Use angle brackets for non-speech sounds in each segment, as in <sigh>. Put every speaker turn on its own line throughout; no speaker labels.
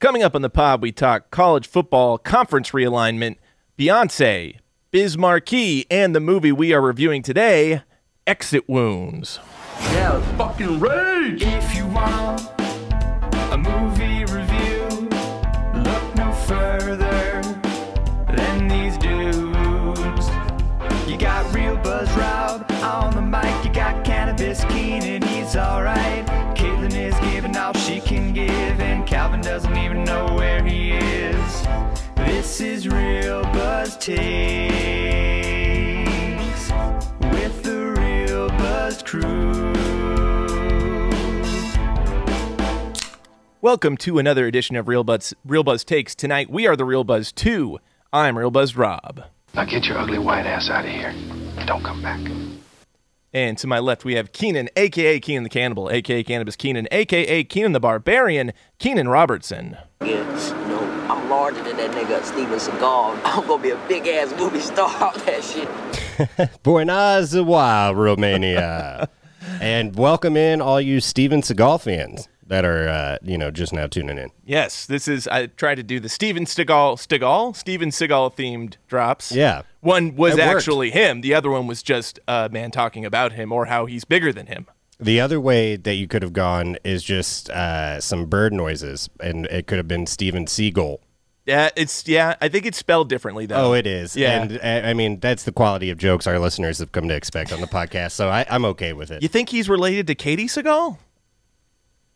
Coming up on the pod, we talk college football, conference realignment, Beyonce, Biz Marquee, and the movie we are reviewing today, Exit Wounds.
Yeah, fucking rage!
If you want a movie review, look no further than these dudes. You got real Buzz Rob on the mic, you got Cannabis Keenan, he's alright. Caitlin is giving all she can give, and Calvin doesn't even know where he is. This is Real Buzz Takes with the Real Buzz Crew.
Welcome to another edition of Real Buzz, Real Buzz Takes. Tonight, we are the Real Buzz 2. I'm Real Buzz Rob.
Now get your ugly white ass out of here. Don't come back.
And to my left, we have Keenan, aka Keenan the Cannibal, aka Cannabis Keenan, aka Keenan the Barbarian, Keenan Robertson.
Yes, no, I'm larger than that nigga Steven Seagal. <laughs> I'm gonna be a big ass movie star <laughs> off that shit.
Buenos Aires,
<laughs>
Romania. and welcome in all you Steven Seagal fans that are, uh, you know, just now tuning in.
Yes, this is. I tried to do the Steven Seagal, Seagal, Steven Seagal themed drops.
Yeah.
one was
It worked.
actually him. The other one was just a man talking about him or how he's bigger than him.
The other way that you could have gone is just uh, some bird noises, and it could have been Steven Seagal.
Yeah, it's yeah. I think it's spelled differently though.
Oh, it is.
Yeah.
And uh, I mean, that's the quality of jokes our listeners have come to expect on the podcast. So I, I'm okay with it.
you think he's related to Katie Seagal?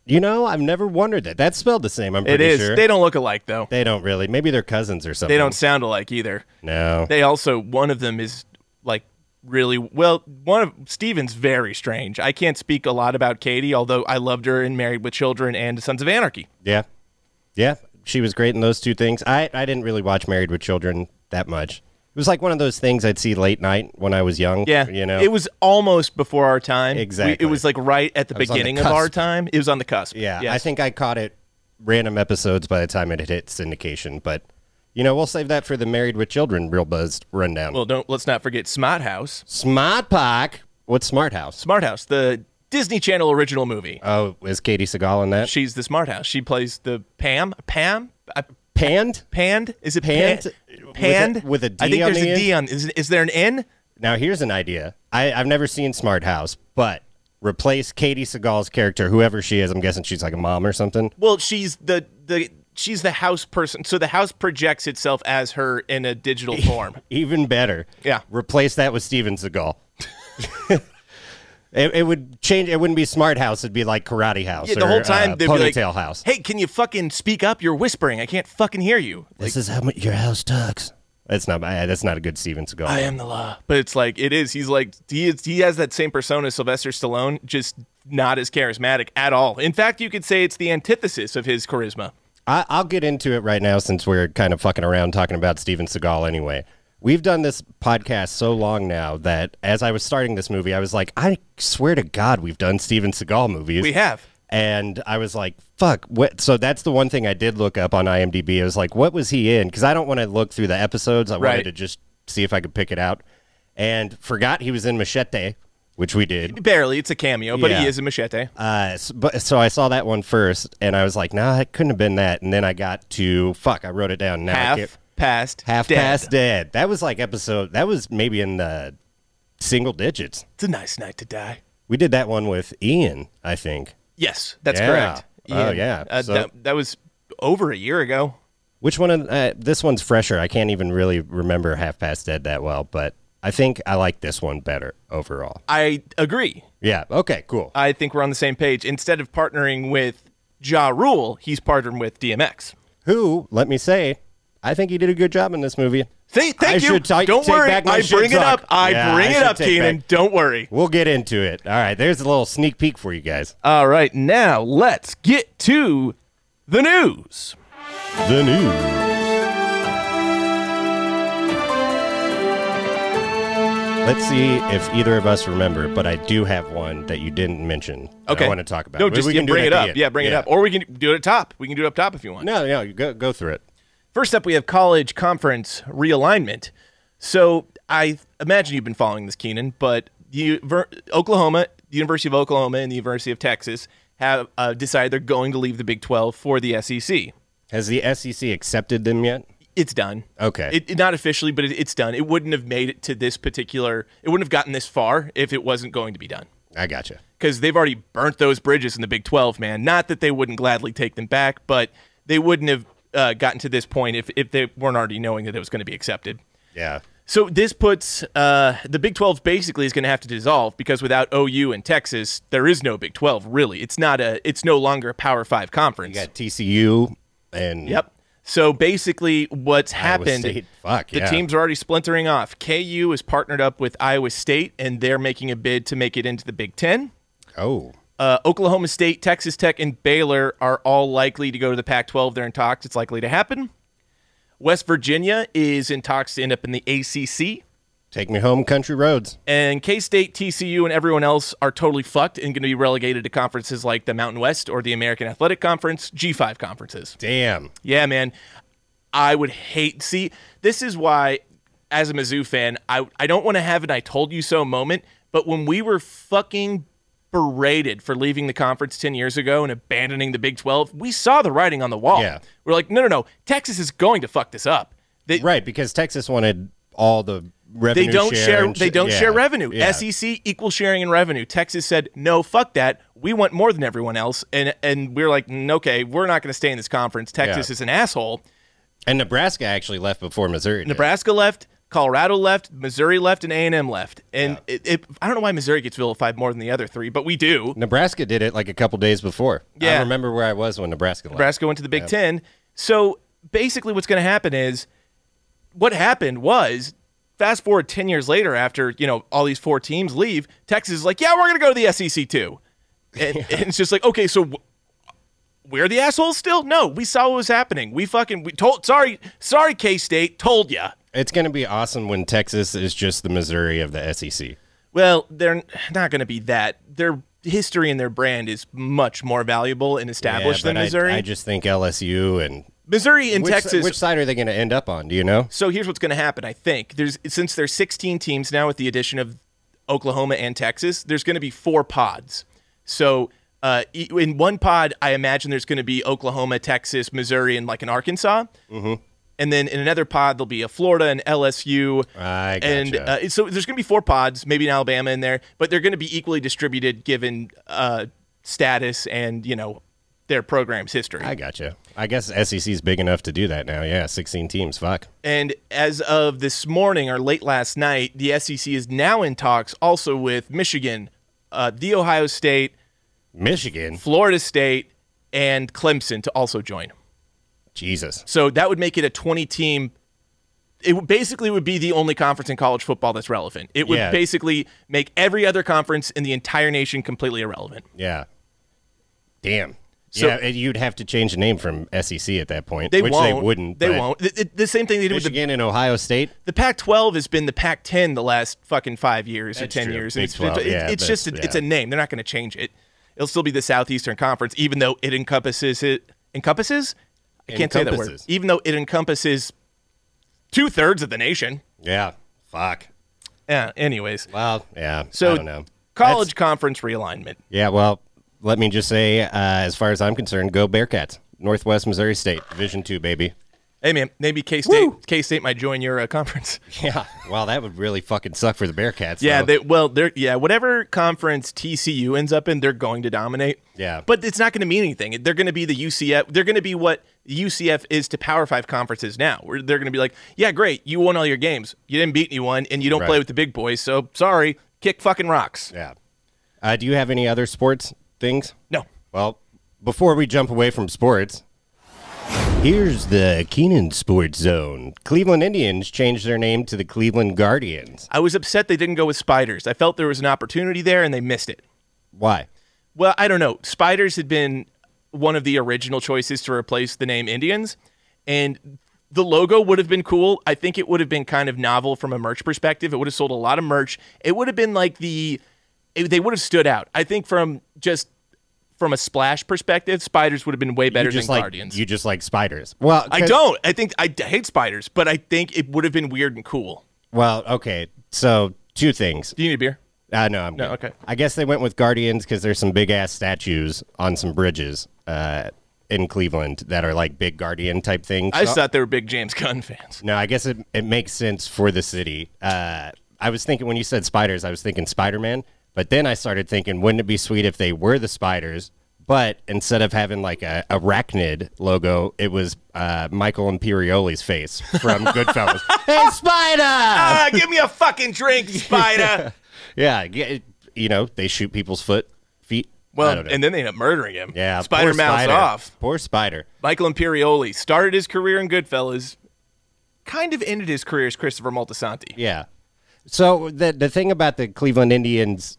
You know, I've never wondered that. That's spelled the same, I'm
It
pretty
is.
sure.
They don't look alike though.
They don't really. Maybe they're cousins or something.
They don't sound alike either.
No.
They also one of them is like really well. One of Steven's very strange. I can't speak a lot about Katie, although I loved her in Married with Children and Sons of Anarchy.
Yeah. Yeah. She was great in those two things. I, I didn't really watch Married with Children that much. It was like one of those things I'd see late night when I was young.
Yeah,
You know?
it was almost before our time. We-
Exactly.
it was like right at the
was on the
beginning of our
cusp.
time. It was on the cusp.
Yeah. I
Yes.
think I caught it random episodes by the time it had hit syndication. But, you know, we'll save that for the Married with Children real buzz rundown.
Well, don't let's not forget Smart House.
Smart Pack. What's Smart House?
Smart House, the Disney Channel original movie.
Oh, is Katie Seagal in that?
She's the Smart House. She plays the Pam. Pam. Uh,
Panned?
Panned? Is it
Panned?
Pan-
With
panned?
a- with a D
I think
on
there's
the
a D
end?
on. Is, is there an N?
Now, here's an idea. I, I've never seen Smart House, but replace Katie Seagal's character, whoever she is. I'm guessing she's like a mom or something.
Well, she's the the she's the house person. So the house projects itself as her in a digital
<laughs>
form.
Even better.
Yeah.
Replace that with Steven Seagal. <laughs> it, it would change. It wouldn't be Smart House. It'd be like Karate House.
Yeah, the
or,
whole time
uh,
they'd
Ponytail
be like,
House.
"Hey, can you fucking speak up? You're whispering. I can't fucking hear you."
this is how much your house talks. That's not. uh, That's not a good Steven Seagal.
I am the law. But it's like it is. He's like he is, he has that same persona as Sylvester Stallone, just not as charismatic at all. In fact, you could say it's the antithesis of his charisma.
I, I'll get into it right now since we're kind of fucking around talking about Steven Seagal anyway. We've done this podcast so long now that as I was starting this movie, I was like, I swear to God, we've done Steven Seagal movies.
We have.
And I was like, fuck. What? So that's the one thing I did look up on IMDb. I was like, what was he in? Because I don't want to look through the episodes. I
Right.
wanted to just see if I could pick it out. And forgot he was in Machete, which we did.
<laughs> Barely, it's a cameo, but
Yeah.
he is a machete.
Uh, s- but so I saw that one first, and I was like, "Nah, it couldn't have been that." And then I got to fuck. I wrote it down. Now I can't-
half past,
half
dead.
past dead. That was like episode. That was maybe in the single digits.
It's a nice night to die.
We did that one with Ian, I think.
Yes, that's
Yeah.
correct.
Oh, yeah.
uh,
So-
that, that was over a year ago.
Which one? Of, uh, this one's fresher. I can't even really remember half past dead that well, but I think I like this one better overall.
I agree.
Yeah. Okay. Cool.
I think we're on the same page. Instead of partnering with Ja Rule, he's partnered with DMX.
Who? Let me say. I think he did a good job in this movie.
See, thank
I
you.
should ta-
Don't
take
worry.
back my
I
shit
bring it
talk.
up. I
Yeah,
bring
I
it
should
up,
take
Keenan.
back-
Don't worry.
We'll get into it. All right, there's a little sneak peek for you guys.
All right, now let's get to the news.
The news. Let's see if either of us remember, but I do have one that you didn't mention. that
Okay.
I want to talk about.
No,
But
just
we
yeah,
can do
bring
at
it
the
up.
end.
Yeah, bring it up. Or we can do it up top. We can do it up top if you want.
No, no, you go go through it.
First up, we have college conference realignment. So I imagine you've been following this, Keenan, but you, Ver, Oklahoma, the University of Oklahoma, and the University of Texas have uh, decided they're going to leave the Big 12 for the E SEC.
Has the SEC accepted them yet?
It's done.
Okay.
It, it- not officially, but it, it's done. It wouldn't have made it to this particular. It wouldn't have gotten this far if it wasn't going to be done
I gotcha.
because they've already burnt those bridges in the Big 12, man. Not that they wouldn't gladly take them back, but they wouldn't have uh, gotten to this point if, if they weren't already knowing that it was going to be accepted.
Yeah.
So this puts uh, the Big 12 basically is going to have to dissolve because without OU and Texas, there is no Big 12 really. It's not a. It's no longer a Power Five conference.
You got TCU and
Yep. So basically, what's
Iowa
happened?
State. Fuck,
the
yeah.
teams are already splintering off. KU is partnered up with Iowa State, and they're making a bid to make it into the Big Ten.
Oh,
Uh, Oklahoma State, Texas Tech, and Baylor are all likely to go to the Pac 12. They're in talks. It's likely to happen. West Virginia is in talks to end up in the ACC.
take me home, country roads.
And K State, TCU, and everyone else are totally fucked and going to be relegated to conferences like the Mountain West or the American Athletic Conference, G5 conferences.
Damn.
Yeah, man. I would hate see. This is why, as a Mizzou fan, I I don't want to have an "I told you so" moment. But when we were fucking berated for leaving the conference ten years ago and abandoning the Big Twelve, we saw the writing on the wall.
Yeah.
We're like, no, no, no. Texas is going to fuck this up. They,
Right, because Texas wanted all the
they
revenue.
don't share,
and sh-
they don't
yeah,
share revenue. E
yeah.
SEC equal sharing and revenue. Texas said, "No, fuck that. We want more than everyone else." And and we're like, "Mm, "Okay, we're not going to stay in this conference. Texas
Yeah.
is an asshole."
And Nebraska actually left before Missouri. did.
Nebraska left, Colorado left, Missouri left, and A and M left. And it, it, I don't know why Missouri gets vilified more than the other three, but we do.
Nebraska did it like a couple days before. I
Yeah.
remember where I was when Nebraska left.
Nebraska went to the Big Ten. So basically, what's going to happen is what happened was. Fast forward ten years later, after you know all these four teams leave, Texas is like, "Yeah, we're going to go to the SEC too," and, and it's just like, "Okay, so w- we're the assholes still?" No, we saw what was happening. We fucking we told. Sorry, sorry, K State told ya.
It's going to be awesome when Texas is just the Missouri of the E SEC.
Well, they're not going to be that. Their history and their brand is much more valuable and established
Yeah,
than
but I-
Missouri.
I, just think LSU and
Missouri and
which,
Texas.
Which side are they going to end up on? Do you know?
so here's what's going to happen. I think there's since there's 16 teams now with the addition of Oklahoma and Texas. There's going to be four pods. So uh, e- in one pod, I imagine there's going to be Oklahoma, Texas, Missouri, and like an Arkansas.
Mm-hmm.
And then in another pod, there'll be a Florida and LSU.
I
And
gotcha.
uh, it's- so there's going to be four pods, maybe an Alabama in there, but they're going to be equally distributed given uh, status and, you know, their program's history.
I gotcha. I guess SEC is big enough to do that now. Yeah, 16 teams. Fuck.
And as of this morning or late last night, the SEC is now in talks also with Michigan, uh, the Ohio State,
Michigan.
Florida State, and Clemson to also join.
Jesus.
So that would make it a 20 team. It would- basically would be the only conference in college football that's relevant. It would
Yeah.
basically make every other conference in the entire nation completely irrelevant.
Yeah. Damn.
So-
yeah, and you'd have to change the name from SEC at that point,
They
which
won't.
they wouldn't.
They
but
won't. The, the- the same thing they did with the
Michigan and Ohio State.
the Pac-12 has been the Pac-10 the last fucking five years
That's
or ten
true.
years.
Big
it's been- it-
12, yeah,
it's
that's-
just a, it's
yeah.
a name. They're not going to change it. It'll still be the Southeastern Conference, even though it encompasses it encompasses. I can't say that word.
Encompasses.
Even though it encompasses two thirds of the nation.
Yeah. Fuck.
Yeah. Anyways,
Wow. Yeah.
so
I don't know.
college conference realignment.
Yeah, well, let me just say, uh, as far as I'm concerned, go Bearcats. Northwest Missouri State, Division Two,
<laughs>
baby.
Hey man, maybe K State K State might join your uh, conference.
Yeah. Wow, that would really fucking suck for the Bearcats.
Yeah,
though.
they, well, they're yeah, whatever conference TCU ends up in, they're going to dominate.
Yeah.
but it's not going to mean anything. They're going to be the UCF. They're going to be what UCF is to Power Five conferences now. Where they're going to be like, yeah, great, you won all your games. You didn't beat anyone, and you don't
Right.
play with the big boys. So sorry, kick fucking rocks.
Yeah. Uh, do you have any other sports things?
No,
Well, before we jump away from sports, Here's the Keenan Sports Zone. Cleveland Indians changed their name to the Cleveland Guardians.
I was upset they didn't go with spiders. I felt there was an opportunity there and they missed it.
Why?
Well, I don't know. Spiders had been one of the original choices to replace the name Indians, and the logo would have been cool. I think it would have been kind of novel from a merch perspective. It would have sold a lot of merch. It would have been like the it- they would have stood out. I think from just from a splash perspective, spiders would have been way better
you just
than
like
Guardians.
you just like spiders. Well,
I
'cause-
don't. I think I d- hate spiders, but I think it would have been weird and cool.
Well, okay. So two things.
Do you need a beer?
Uh, no, I'm
No,
good.
okay.
I guess they went with Guardians because there's some big ass statues on some bridges uh, in Cleveland that are like big Guardian type things.
I just thought they were big James Gunn
<laughs>
fans.
No, I guess it, it makes sense for the city. Uh, I was thinking when you said spiders, I was thinking Spider Man, but then I started thinking, wouldn't it be sweet if they were the spiders? But instead of having like a arachnid logo, it was uh, Michael Imperioli's face
<laughs>
from Goodfellas. hey, spider!
Ah, give me a fucking drink,
<laughs>
spider.
Yeah, yeah, you know they shoot people's foot, feet. I
Well,
don't know.
and then they end up murdering him.
yeah,
Spider
poor
mouths
spider.
off.
Poor spider.
Michael Imperioli started his career in Goodfellas, kind of ended his career as Christopher Moltisanti.
Yeah. So the the thing about the Cleveland Indians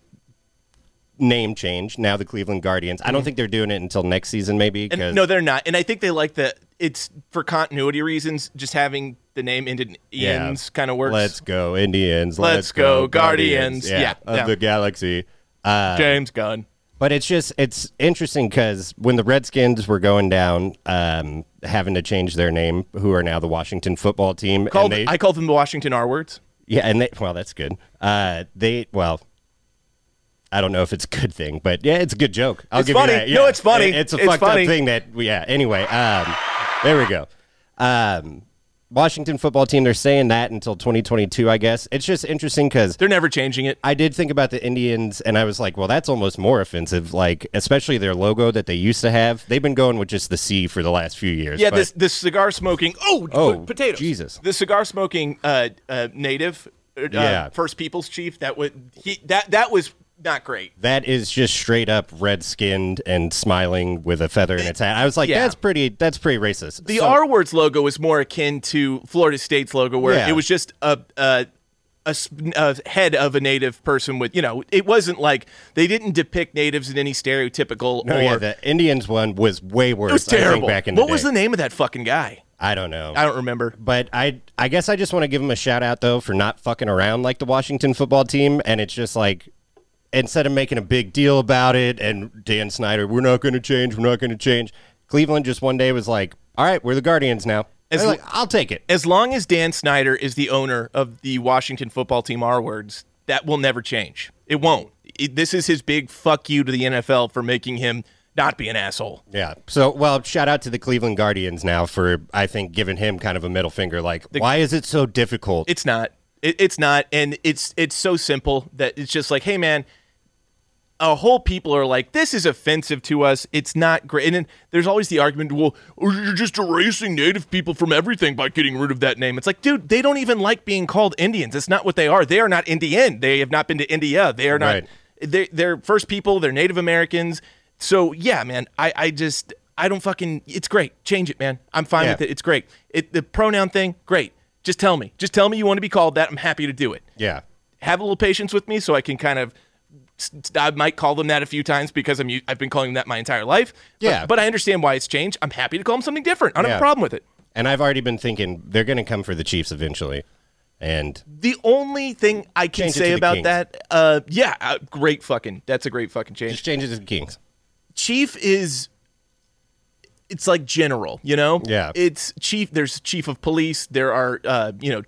name change now the Cleveland Guardians. I don't think they're doing it until next season, maybe.
Mm-hmm. And
'cause-
no, they're not. And I think they like the it's for continuity reasons. Just having the name ended in
Yeah.
Ian's kind of works.
Let's go Indians.
Let's go, Guardians. Yeah,
of
yeah.
the galaxy. uh,
James Gunn.
But it's just it's interesting because when the Redskins were going down, um, having to change their name, who are now the Washington Football Team, and
Called,
they-
I called them the Washington R words.
Yeah, and they well, that's good. Uh, they well, I don't know if it's a good thing, but yeah, it's a good joke. I'll
It's
give
funny.
you that. Yeah,
No, it's funny.
it- it's a
It's
fucked
funny.
up thing that yeah. Anyway, um, there we go. Um, Washington football team. They're saying that until 2022, I guess. It's just interesting because
They're never changing it.
I did think about the Indians, and I was like, well, that's almost more offensive. Like, especially their logo that they used to have. They've been going with just the C for the last few years.
Yeah,
but-
this this cigar smoking. Oh,
Oh,
po- potatoes.
Jesus.
The cigar smoking uh, uh, native, uh,
Yeah.
First Peoples chief. That would he that that was not great.
That is just straight up red skinned and smiling with a feather in its hat. I was like,
Yeah.
that's pretty. That's pretty racist.
The
So-
R words logo is more akin to Florida State's logo, where
Yeah.
it was just a, a a s- a head of a native person with you know. It wasn't like they didn't depict natives in any stereotypical
No,
or.
yeah, the Indians one was way worse.
it was
I
terrible.
think, back in
what
the
was
day.
the name of that fucking guy?
I don't know.
I don't remember.
but I, I guess I just want to give them a shout out though for not fucking around like the Washington football team. And it's just like, instead of making a big deal about it, and Dan Snyder, we're not going to change, we're not going to change. Cleveland just one day was like, all right, we're the Guardians now.
As
As
l-
like, I'll take it.
As long as Dan Snyder is the owner of the Washington football team R words, that will never change. It won't. It- this is his big fuck you to the NFL for making him not be an asshole.
Yeah. So, well, shout out to the Cleveland Guardians now for, I think, giving him kind of a middle finger. Like, why is it so difficult?
It's not. It, it's not, and it's it's so simple that it's just like, hey man, a whole people are like, this is offensive to us. It's not great. And then there's always the argument, well, oh, you're just erasing Native people from everything by getting rid of that name. It's like, dude, they don't even like being called Indians. It's not what they are. They are not Indian. They have not been to India. They are not.
Right.
They, they're First People. They're Native Americans. So yeah, man, I, I just I don't fucking. It's great. Change it, man. I'm fine
Yeah.
with it. It's great. It, the pronoun thing, great. Just tell me. Just tell me you want to be called that. I'm happy to do it
yeah.
have a little patience with me so I can kind of I might call them that a few times because I'm u- I've been calling them that my entire life. But-
Yeah.
But, I understand why it's changed. I'm happy to call them something different. I don't have a
Yeah.
problem with it.
And I've already been thinking they're going to come for the Chiefs eventually. And
The only thing I can
Change it to
say
the
about
Kings.
that, uh, yeah, uh, great fucking. That's a great fucking change.
just change it to the Kings.
Chief is it's like general, you know?
Yeah.
It's chief there's chief of police, there are uh, you know,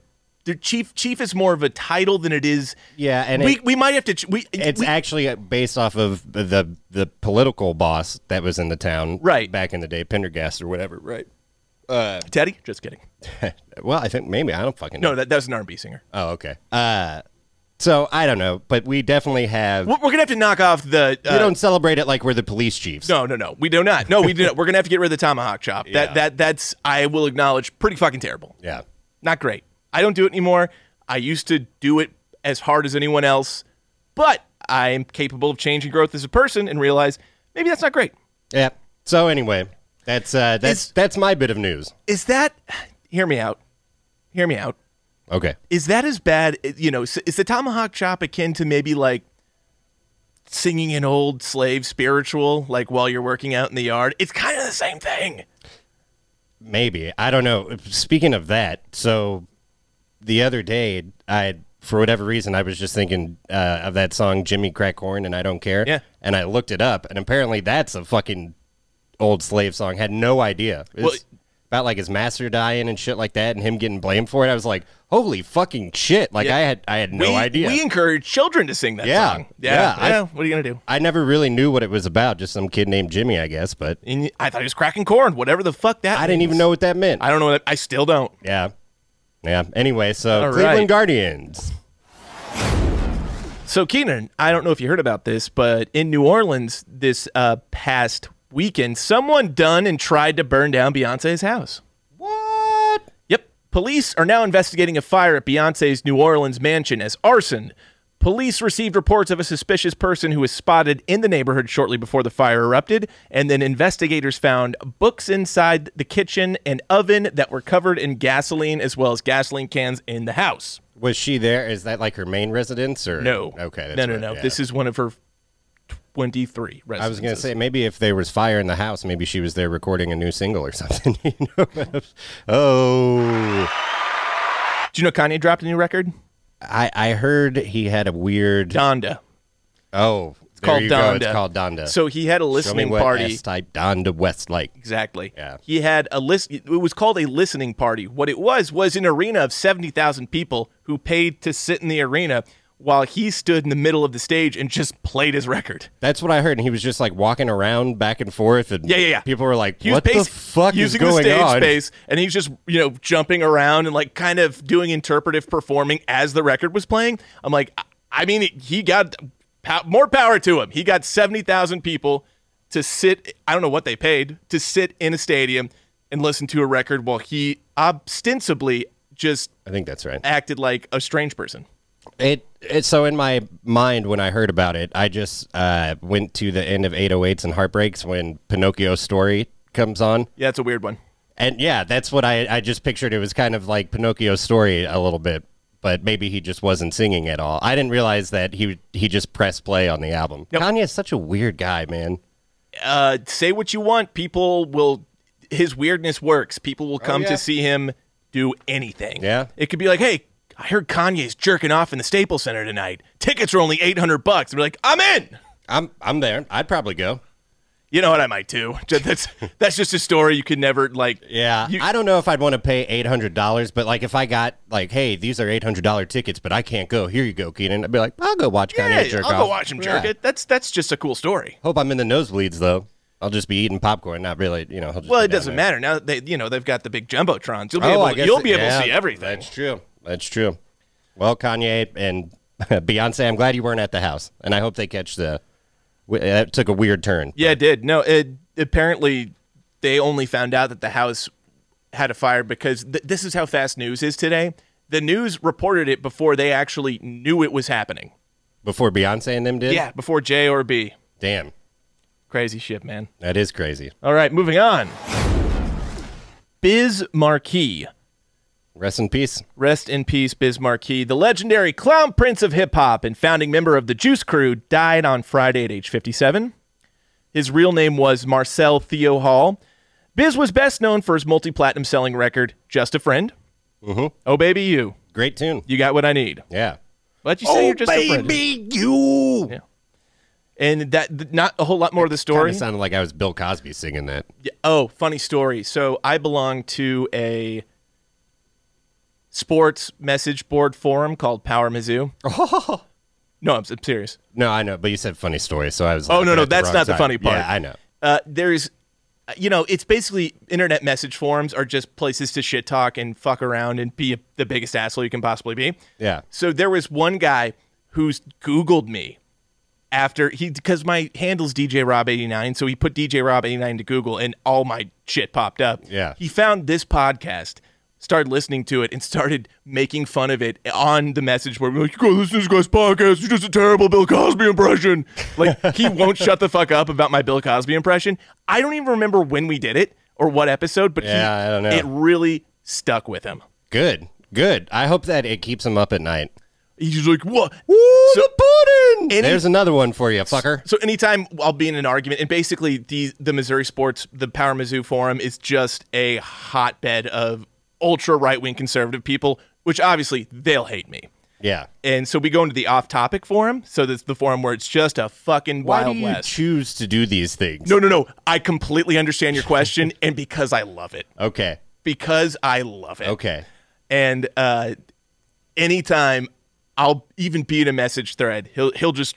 the chief chief is more of a title than it is.
Yeah, and
we
it-
we might have to ch- we
It's
we-
actually uh, based off of the the political boss that was in the town
Right.
back in the day, Pendergast or whatever. Right.
Teddy, just kidding.
Well, I think maybe I don't fucking know.
No, that, that was an R&B singer.
Oh, okay. Uh, so I don't know, but we definitely have.
We're we're gonna have to knock off the. Uh,
we don't celebrate it like we're the police chiefs.
no, no, no. We do not. No, we do not. We're gonna have to get rid of the tomahawk
<laughs>
chop. That
Yeah.
that that's I will acknowledge pretty fucking terrible.
Yeah.
Not great. I don't do it anymore. I used to do it as hard as anyone else, but I'm capable of change and growth as a person and realize maybe that's not great.
Yeah. So anyway, That's uh, that's
Is-
that's my bit of news.
Is that? Hear me out. Hear me out.
Okay.
Is that as bad? You know, is is the tomahawk chop akin to maybe like singing an old slave spiritual, like while you're working out in the yard? It's kind of the same thing.
Maybe. I don't know. Speaking of that, so the other day, I for whatever reason I was just thinking uh, of that song Jimmy Crack Horn and I don't care.
Yeah.
And I looked it up, and apparently that's a fucking old slave song. Had no idea. It's
Well-
about like his master dying and shit like that, and him getting blamed for it. I was like, holy fucking shit! Like
Yeah.
I had I had no
we,
idea.
We encourage children to sing that
Yeah,
song.
yeah, I-
yeah. What are you gonna do?
I never really knew what it was about. Just some kid named Jimmy, I guess. But
And I thought he was cracking corn, whatever the fuck that.
I didn't even
means.
know what that meant.
I don't know. That, I still don't.
yeah. Yeah. Anyway, so
All
Cleveland
right.
Guardians.
So Keenan, I don't know if you heard about this, but in New Orleans this uh, past weekend, someone done and tried to burn down Beyonce's house.
What?
Yep. Police are now investigating a fire at Beyonce's New Orleans mansion as arson. Police received reports of a suspicious person who was spotted in the neighborhood shortly before the fire erupted, and then investigators found books inside the kitchen and oven that were covered in gasoline as well as gasoline cans in the house.
Was she there? Is that like her main residence or
No.
Okay, that's
no, no,
what-
no.
yeah.
This is one of her 23 residences.
I was gonna say maybe if there was fire in the house, maybe she was there recording a new single or <laughs> something. you know? <laughs> oh,
Do you know Kanye dropped a new record?
I I heard he had a weird.
Donda.
oh, there
called
you
Donda.
Go. It's called Donda.
So he had a
Show me
listening
what
party.
S-type Donda West like.
Exactly.
Yeah.
He had a list. It was called a listening party. What it was was an arena of seventy thousand people who paid to sit in the arena while he stood in the middle of the stage and just played his record.
That's what I heard, and he was just like walking around back and forth, and
Yeah, yeah, yeah.
People were like,
He
"What
was
the
bas-
fuck is
using
going
the stage
on?"
space, and he's just you know jumping around and like kind of doing interpretive performing as the record was playing. I'm like, I- I mean, he got pow- more power to him. He got seventy thousand people to sit. I don't know what they paid to sit in a stadium and listen to a record while he ostensibly just
I think that's right.
acted like a strange person.
It, it so in my mind when I heard about it, I just uh, went to the end of 808s and Heartbreaks when Pinocchio's story comes on,
Yeah, that's a weird one.
and yeah, that's what I I just pictured. It was kind of like Pinocchio's story a little bit, but maybe he just wasn't singing at all. I didn't realize that he he just pressed play on the album.
Yep.
Kanye is such a weird guy, man.
uh, say what you want. People will. His weirdness works. People will come
Oh, yeah.
to see him do anything.
Yeah.
It could be like, hey, I heard Kanye's jerking off in the Staples Center tonight. Tickets are only eight hundred bucks. And we're like, I'm in.
I'm I'm there. I'd probably go.
You know what I might do? <laughs> Just- That's that's just a story you could never like.
Yeah,
You-
I don't know if I'd want to pay eight hundred dollars, but like if I got like, hey, these are eight hundred dollar tickets, but I can't go. Here you go, Keenan. I'd be like, I'll go watch
Yeah,
Kanye jerk
I'll
off.
go watch him jerk
Yeah.
it. That's that's just a cool story.
Hope I'm in the nosebleeds though. I'll just be eating popcorn, not really. You know. he'll just
Well,
be
it
down
doesn't
there.
matter now. They you know they've got the big jumbotrons. You'll be
Oh, I
able
guess
you'll
it-
be able
yeah,
to see everything.
That's true. That's true. Well, Kanye and <laughs> Beyonce, I'm glad you weren't at the house, and I hope they catch the. w- That took a weird turn.
Yeah, it did. No, it apparently they only found out that the house had a fire because th- this is how fast news is today. The news reported it before they actually knew it was happening.
Before Beyonce and them did.
Yeah, before J or B.
Damn,
Crazy shit, man.
that is crazy.
All right, moving on. Biz Marquee.
Rest in peace.
Rest in peace, Biz Marquee. The legendary clown prince of hip hop and founding member of the Juice Crew died on Friday at age 57. His real name was Marcel Theo Hall. Biz was best known for his multi platinum selling record, Just a Friend. Mm-hmm. Oh, baby, you.
Great tune.
You got what I need.
Yeah.
But you say you're just a friend.
you.
And that, th- not a whole lot more of the story.
It sounded like I was Bill Cosby singing that.
Yeah. Oh, funny story. So I belong to a sports message board forum called Power Mizzou. no, I'm, I'm serious.
No, I know, but you said funny story, so I was.
Oh,
looking
no, no,
at
that's
wrong
not the
side.
funny part.
Yeah, I know.
Uh, there's, you know, it's basically internet message forums are just places to shit talk and fuck around and be the biggest asshole you can possibly be.
Yeah.
So there was one guy who's Googled me after he because my handle's DJ Rob eighty nine, so he put DJ Rob eighty nine to Google and all my shit popped up.
Yeah.
He found this podcast. started listening to it and started making fun of it on the message board. We're like, go listen to this guy's podcast. He's just a terrible Bill Cosby impression.
<laughs>
Like, he won't shut the fuck up about my Bill Cosby impression. I don't even remember when we did it or what episode, but he-
Yeah, I don't know.
it really stuck with him.
Good, good. I hope that it keeps him up at night.
He's like, what? So- Any-
There's another one for you, fucker.
So anytime I'll be in an argument, and basically the the Missouri Sports, the Power Mizzou Forum is just a hotbed of ultra right wing conservative people, which obviously they'll hate me.
Yeah.
And so we go into the off topic forum. So that's the forum where it's just a fucking
Why
wild
do you
west.
choose to do these things?
no, no, no. I completely understand your question, and because I love it,
Okay.
because I love it.
Okay.
and uh, anytime I'll even be in a message thread, he'll he'll just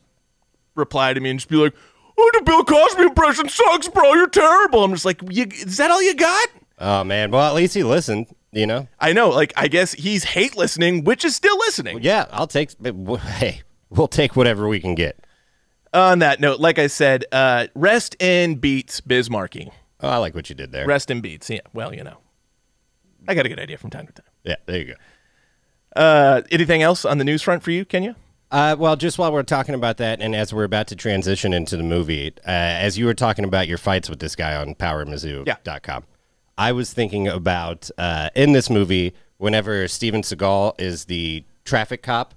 reply to me and just be like, "Oh, the Bill Cosby impression sucks, bro. You're terrible." I'm just like, you, "Is that all you got?"
Oh man. Well, at least he listened. You know.
I know, like, I guess he's hate listening, which is still listening.
Yeah. I'll take. Hey, we'll take whatever we can get.
On that note, like I said, uh, rest in beats, Bismarcky.
Oh, I like what you did there.
Rest in beats. Yeah, well, you know, I got a good idea from time to time.
Yeah. There you go.
Uh, anything else on the news front for you, Kenya?
Uh, well, just while we're talking about that, and as we're about to transition into the movie, uh, as you were talking about your fights with this guy on PowerMizzou.com, I was thinking about uh, in this movie whenever Steven Seagal is the traffic cop,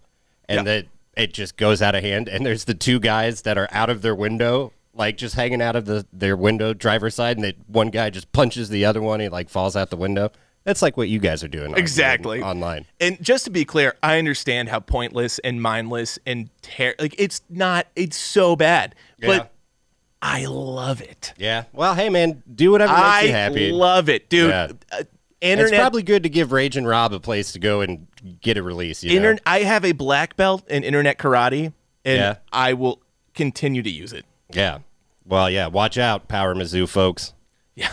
and that it just goes out of hand, and there's the two guys that are out of their window, like just hanging out of the their window driver's side, and that one guy just punches the other one, he like falls out the window. That's like what you guys are doing on-
Exactly.
online.
And just to be clear, I understand how pointless and mindless and ter- like it's not it's so bad,
Yeah.
but I love it.
Yeah. Well, hey man, do whatever makes
I
you happy.
love it, dude.
Yeah.
Uh,
It's
internet
probably good to give Rage and Rob a place to go and get a release. You know?
inter- I have a black belt in internet karate and
Yeah.
I will continue to use it. <laughs>
Yeah. Well, yeah. Watch out, Power Mizzou folks.
Yeah.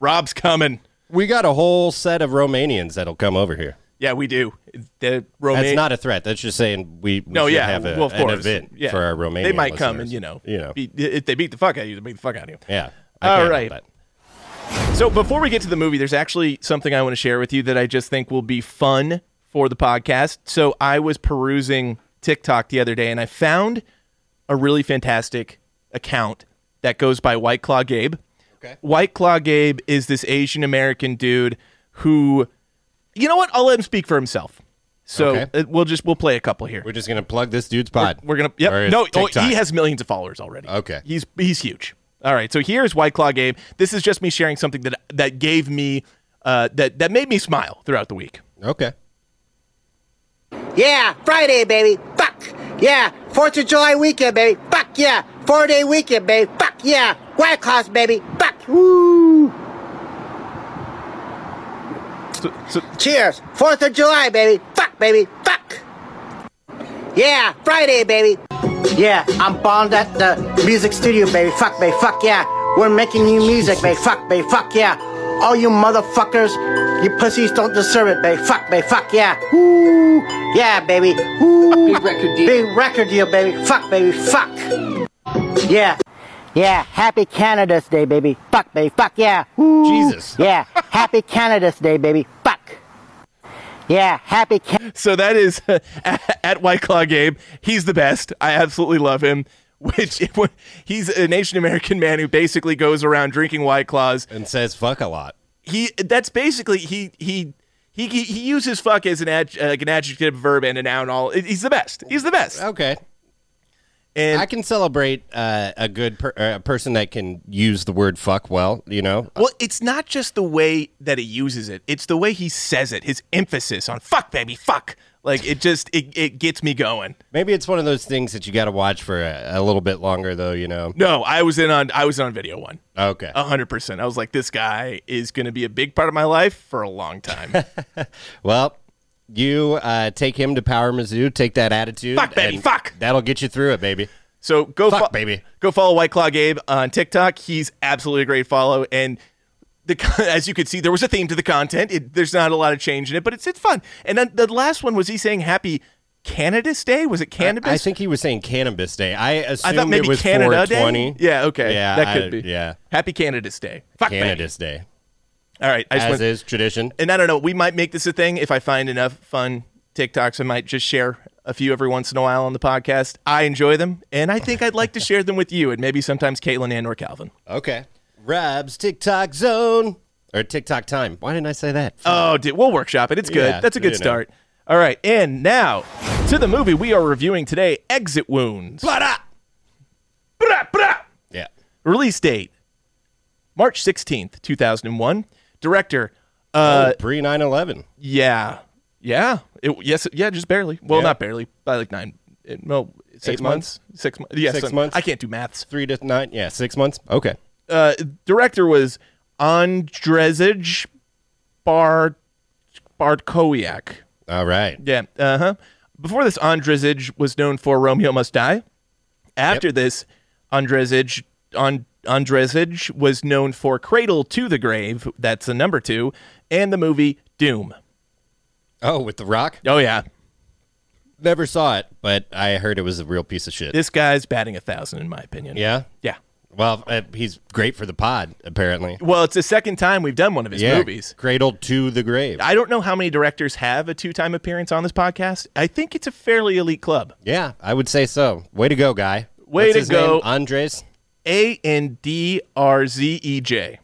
Rob's coming.
We got a whole set of Romanians that'll come over here.
Yeah, we do. The
That's
Roman
not a threat. That's just saying we, we
no,
should
yeah,
have a,
well, of
an
course.
event
Yeah.
for our Romanian.
They might come
listeners.
and you know,
you know,
be, if they beat the fuck out of you, they beat the fuck out of you.
yeah.
All
I can't
right.
help it.
So before we get to the movie, there's actually something I want to share with you that I just think will be fun for the podcast. So I was perusing TikTok the other day and I found a really fantastic account that goes by White Claw Gabe. Okay. White Claw Gabe is this Asian American dude who you know what? I'll let him speak for himself. So
Okay.
uh, we'll just we'll play a couple here.
We're just gonna plug this dude's pod.
We're gonna.
Or
Yep.
his
No. Oh,
TikTok.
he has millions of followers already.
Okay.
He's he's huge. All right. So here's White Claw Gabe. This is just me sharing something that that gave me uh, that that made me smile throughout the week.
Okay.
Yeah, Friday, baby. Fuck. Yeah, Fourth of July weekend, baby. Fuck yeah. Four day weekend, baby. Fuck yeah. White Claws, baby. Fuck. Woo.
So, so
Cheers. Fourth of July, baby. Fuck, baby. Fuck. Yeah, Friday, baby. Yeah, I'm bombed at the music studio, baby. Fuck, baby. Fuck yeah. We're making new music, baby. Fuck, baby. Fuck yeah. All you motherfuckers, you pussies don't deserve it, baby. Fuck, baby. Fuck yeah. Woo. Yeah, baby. Woo. Big record deal. Big record deal, baby. Fuck, baby. Fuck. Yeah. Yeah, happy Canada's Day, baby. Fuck, baby. Fuck yeah. Woo.
Jesus.
Yeah, happy Canada's Day, baby. Fuck. Yeah, happy Can-
so that is <laughs> at, at White Claw Gabe. He's the best. I absolutely love him. <laughs> Which he's an Asian American man who basically goes around drinking White Claws
And says fuck a lot.
he that's basically he he he he, he uses fuck as an ad, uh, like an adjective verb and a noun all he's the best he's the best
Okay.
and
I can celebrate uh, a good per- uh, a person that can use the word fuck well. You know,
well it's not just the way that he uses it it's the way he says it his emphasis on fuck baby fuck like it just it, it gets me going
Maybe it's one of those things that you got to watch for a, a little bit longer, though. You know. Uh,
no i was in on i was in on video one
Okay.
100% i was like this guy is going to be a big part of my life for a long time
<laughs> Well, you uh, take him to Power Mizzou. Take that attitude.
Fuck, baby,
and
fuck.
That'll get you through it, baby.
So go
Fuck,
fo-
baby.
Go follow White Claw Gabe on TikTok. He's absolutely a great follow, and the con- <laughs> as you could see, there was a theme to the content. It, there's not a lot of change in it, but it's it's fun. And then the last one was he saying Happy Cannabis Day? Was it cannabis?
I think he was saying Cannabis Day. I
I
assumed
thought maybe
it was
Canada
420.
Day. Yeah, okay,
Yeah,
that could
I-
be.
yeah.
Happy Cannabis Day. Fuck baby.
Cannabis Day.
All right, I just
as
went-
is tradition.
and I don't know. We might make this a thing if I find enough fun TikToks. I might just share a few every once in a while on the podcast. I enjoy them, and I think I'd like to share them with you, and maybe sometimes Caitlin and or Calvin.
Okay. Rob's TikTok zone or TikTok time. Why didn't I say that?
Oh, dude, we'll workshop it. It's good.
Yeah,
That's a good
you know.
start. All right, and now to the movie we are reviewing today: Exit Wounds.
Ba-da!
Bra- bra!
Yeah.
Release date: March sixteenth, two thousand and one. Director:
Uh, Pre 9 11.
Yeah, yeah, it, yes, yeah, just barely. Well,
Yeah.
not barely by like nine. It, no, six
Eight
months?
months?
Six months. Yeah,
Six
some-
months?
I can't do maths.
Three to nine. Yeah. Six months. Okay.
Uh, director was Andrzej Bar Bartkowiak.
All right.
Yeah. Uh huh. Before this, Andrzej was known for Romeo Must Die. After this, Andrzej on Andrzej was known for Cradle to the Grave. That's the number two, and the movie Doom.
Oh, with The Rock?
Oh yeah,
Never saw it, but I heard it was a real piece of shit.
this guy's batting a thousand in my opinion.
yeah.
Yeah.
Well, uh, he's great for the pod, apparently.
Well, it's the second time we've done one of his movies.
Cradled to the grave.
I don't know how many directors have a two-time appearance on this podcast. I think it's a fairly elite club.
yeah, I would say so. Way to go, guy.
Way
What's
to
his
go.
Name? Andres.
A N D R Z E J.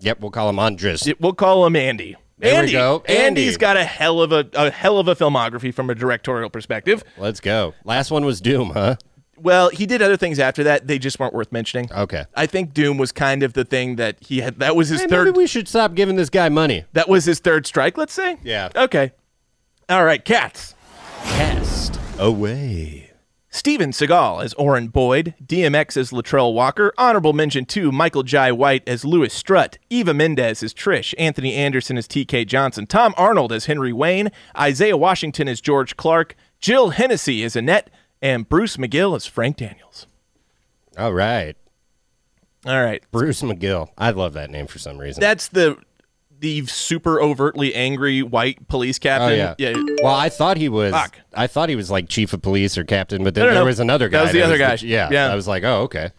Yep, we'll call him Andres.
It- We'll call him Andy.
There we
Andy.
go. Andy.
Andy's got a hell of a, a hell of a filmography from a directorial perspective.
Let's go. Last one was Doom, huh?
Well, he did other things after that. They just weren't worth mentioning.
Okay.
I think Doom was kind of the thing that he had. That was his
Hey,
third.
maybe we should stop giving this guy money.
that was his third strike. Let's say.
Yeah.
Okay. All right. Cats.
Cast away.
Steven Seagal as Orrin Boyd, DMX as Latrell Walker, honorable mention to Michael Jai White as Louis Strutt, Eva Mendez as Trish, Anthony Anderson as TK Johnson, Tom Arnold as Henry Wayne, Isaiah Washington as George Clark, Jill Hennessy as Annette, and Bruce McGill as Frank Daniels.
All right.
All right,
Bruce McGill. I love that name for some reason.
that's the the super overtly angry white police
oh
captain.
yeah. Well, I thought he was.
Fuck.
I thought he was like chief of police or captain, but then
No, no,
there
no.
was another
That
guy.
was the other guy.
yeah.
Yeah.
I was like, oh okay.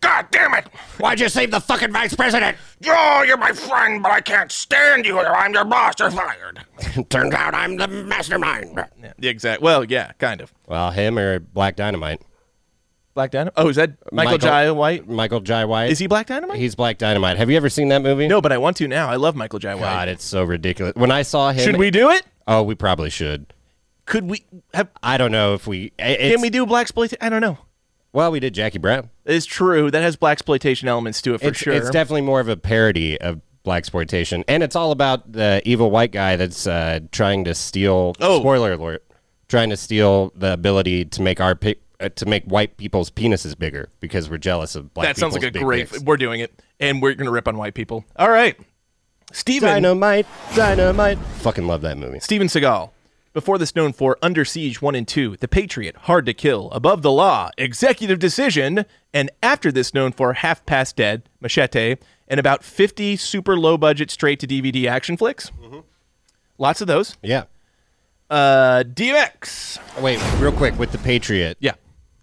God damn it!
Why'd you save the fucking vice president?
Oh, you're my friend, but I can't stand you. I'm your boss. You're fired.
<laughs> Turns out I'm the mastermind.
yeah, the exact. Well, yeah, kind of.
Well, him or Black Dynamite.
Black Dynamite. Oh, is that Michael, Jai White?
Michael Jai White.
Is he Black Dynamite?
He's Black Dynamite. Have you ever seen that movie?
no, but I want to now. I love Michael Jai White.
God, it's so ridiculous. When I saw him,
Should we do it?
Oh, we probably should.
Could we have?
I don't know if we. It's,
Can we do black exploitation? I don't know.
Well, we did Jackie Brown.
It's true that has black exploitation elements to it for
it's,
sure.
it's definitely more of a parody of black exploitation, and it's all about the evil white guy that's uh, trying to steal.
Oh.
spoiler alert! Trying to steal the ability to make our pi- uh, to make white people's penises bigger because we're jealous of black.
that sounds like
people's
a
big
great.
dicks.
We're doing it, and we're gonna rip on white people. All right, Steven
Dynamite, dynamite. Fucking love that movie.
Steven Seagal. Before this, known for Under Siege One and Two, The Patriot, Hard to Kill, Above the Law, Executive Decision, and after this, known for Half Past Dead, Machete, and about fifty super low budget straight to DVD action flicks.
Mm-hmm.
Lots of those.
Yeah.
Uh, DMX.
Wait, real quick with the Patriot.
Yeah,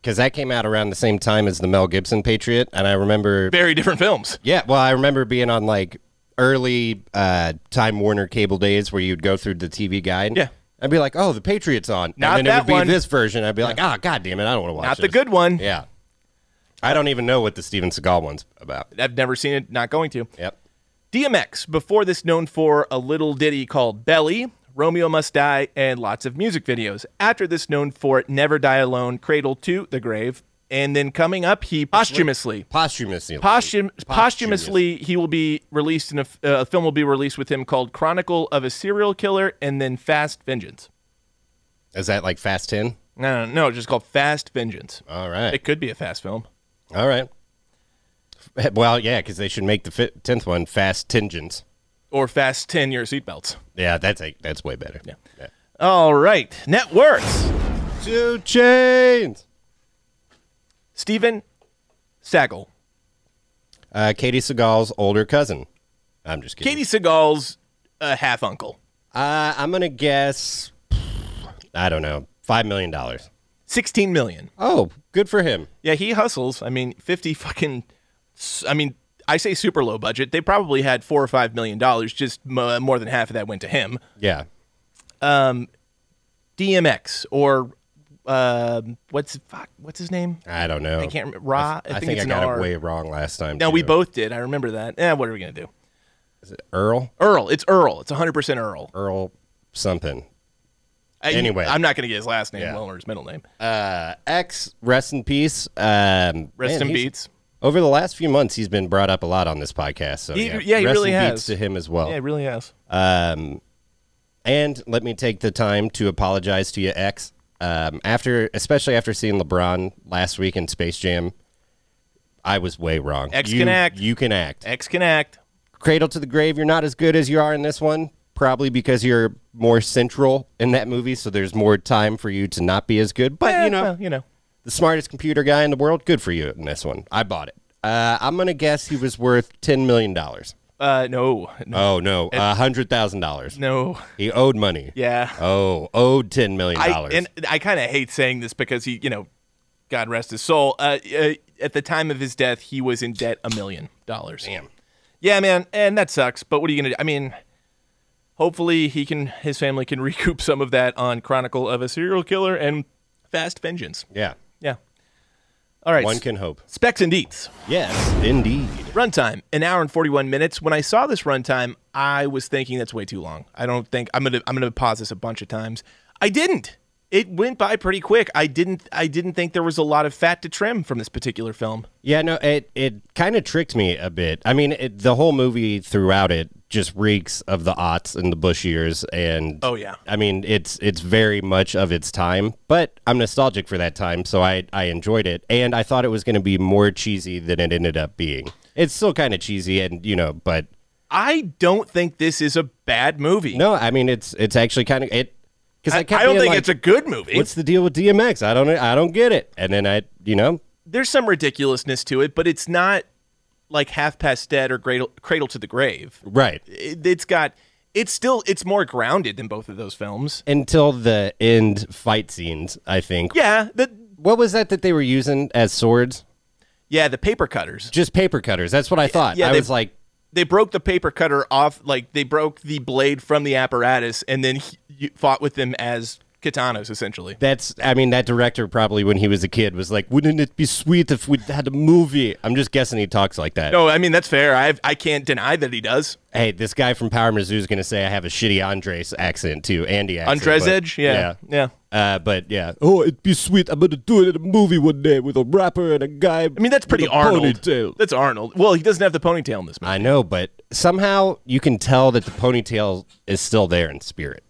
because that came out around the same time as the Mel Gibson Patriot, and I remember.
very different films.
Yeah, well, I remember being on like early uh, Time Warner cable days where you'd go through the TV guide.
Yeah.
I'd be like, "Oh, the Patriot's on,"
Not
and then
that
it would be
one.
this version. I'd be like, "Ah, god damn it, I don't want to watch."
Not the
this."
good one.
Yeah, I don't even know what the Steven Seagal one's about.
I've never seen it, not going to.
Yep.
DMX, before this known for a little ditty called Belly, Romeo Must Die, and lots of music videos. After this known for Never Die Alone, Cradle to the Grave, and then coming up, he posthumously.
Posthumously.
Posthum- posthumously, he will be released in a, f- uh, a film will be released with him called Chronicle of a Serial Killer and then Fast Vengeance.
Is that like Fast Ten?
No, no, no, it's just called Fast Vengeance.
All right.
It could be a fast film.
All right. Well, yeah, because they should make the fi- tenth one Fast Tingens.
Or Fast 10 Your Seatbelts.
Yeah, that's a, that's way better.
Yeah.
yeah.
All right. Net worth.
Two chains.
Steven Sagal.
Uh, Katie Seagal's older cousin. I'm just kidding.
Katie Seagal's uh, half uncle.
Uh, I'm gonna guess. I don't know. Five million dollars.
16 million.
Oh, good for him.
Yeah, he hustles. I mean, 50 fucking. s- I mean, I say super low budget. They probably had four or five million dollars. Just m- more than half of that went to him.
Yeah.
DMX or um what's fuck, what's his name?
I don't know.
I can't remember. Ra. I,
I
think,
think
it's
I
an
got
R.
it way wrong last time.
No, we
too.
both did. I remember that. Eh, what are we gonna do?
Earl,
Earl. It's Earl. It's 100 percent Earl.
Earl, something.
I-
Anyway.
I'm not gonna get his last name,
Yeah.
well, or his middle name.
X, rest in peace. Um,
Rest
man,
in
he's-
beats.
Over the last few months, he's been brought up a lot on this podcast. So
He-
yeah,
yeah, he
rest
really
in
has.
Peace to him as well.
Yeah, it really has.
And let me take the time to apologize to you, X. Um, after, especially after seeing LeBron last week in Space Jam, I was way wrong.
X
you,
can act.
You can act.
X can act.
Cradle to the Grave, you're not as good as you are in this one, probably because you're more central in that movie, so there's more time for you to not be as good. But
Eh,
you know,
well, you know.
the smartest computer guy in the world, good for you in this one. I bought it. Uh, I'm gonna guess he was worth ten million dollars.
Uh, no, no,
Oh no, a hundred thousand dollars.
no.
He owed money.
Yeah.
Oh, owed ten million
I,
dollars.
and I kind of hate saying this because he, you know, God rest his soul. Uh, uh, at the time of his death, he was in debt a million dollars. Damn. Yeah, man, and that sucks. But what are you gonna do? I mean, hopefully he can, his family can <laughs> recoup some of that on Chronicle of a Serial Killer and Fast Vengeance.
Yeah.
Yeah. All right.
One can hope.
Specs and deets.
Yes, indeed.
Runtime, an hour and forty-one minutes. When I saw this runtime, I was thinking that's way too long. I don't think I'm gonna I'm gonna pause this a bunch of times. I didn't. It went by pretty quick. I didn't I didn't think there was a lot of fat to trim from this particular film.
Yeah, no, it it kind of tricked me a bit. I mean, it, the whole movie throughout it just reeks of the aughts and the bush years, and
Oh, yeah.
I mean, it's it's very much of its time, but I'm nostalgic for that time, so I I enjoyed it, and I thought it was going to be more cheesy than it ended up being. It's still kind of cheesy, and you know, but
I don't think this is a bad movie.
no, I mean, it's it's actually kind of it because
I,
I,
I
kept
don't
being
think
like,
it's a good movie.
What's the deal with DMX? I don't I don't get it, and then I you know
There's some ridiculousness to it, but it's not like Half Past Dead or Cradle, Cradle to the Grave.
right
It, it's got it's still it's more grounded than both of those films.
until the end fight scenes. I think
Yeah, the
what was that that they were using as swords?
Yeah, the paper cutters.
Just paper cutters. That's what I thought.
yeah,
I
they-
was like,
They broke the paper cutter off, like they broke the blade from the apparatus, and then he, you fought with them as katanas, essentially.
that's. I mean, that director probably when he was a kid was like, wouldn't it be sweet if we had a movie? I'm just guessing he talks like that.
No, I mean that's fair. I I can't deny that he does.
Hey, this guy from Power Mizzou is gonna say I have a shitty Andres accent too, Andy accent.
Andres
but-
Edge, yeah, yeah.
Uh, but yeah, oh, it'd be sweet. I'm gonna do it in a movie one day with a rapper and a guy.
I mean that's pretty
with a
Arnold.
ponytail.
That's Arnold. Well, he doesn't have the ponytail in this movie.
I know, but somehow you can tell that the ponytail is still there in spirit.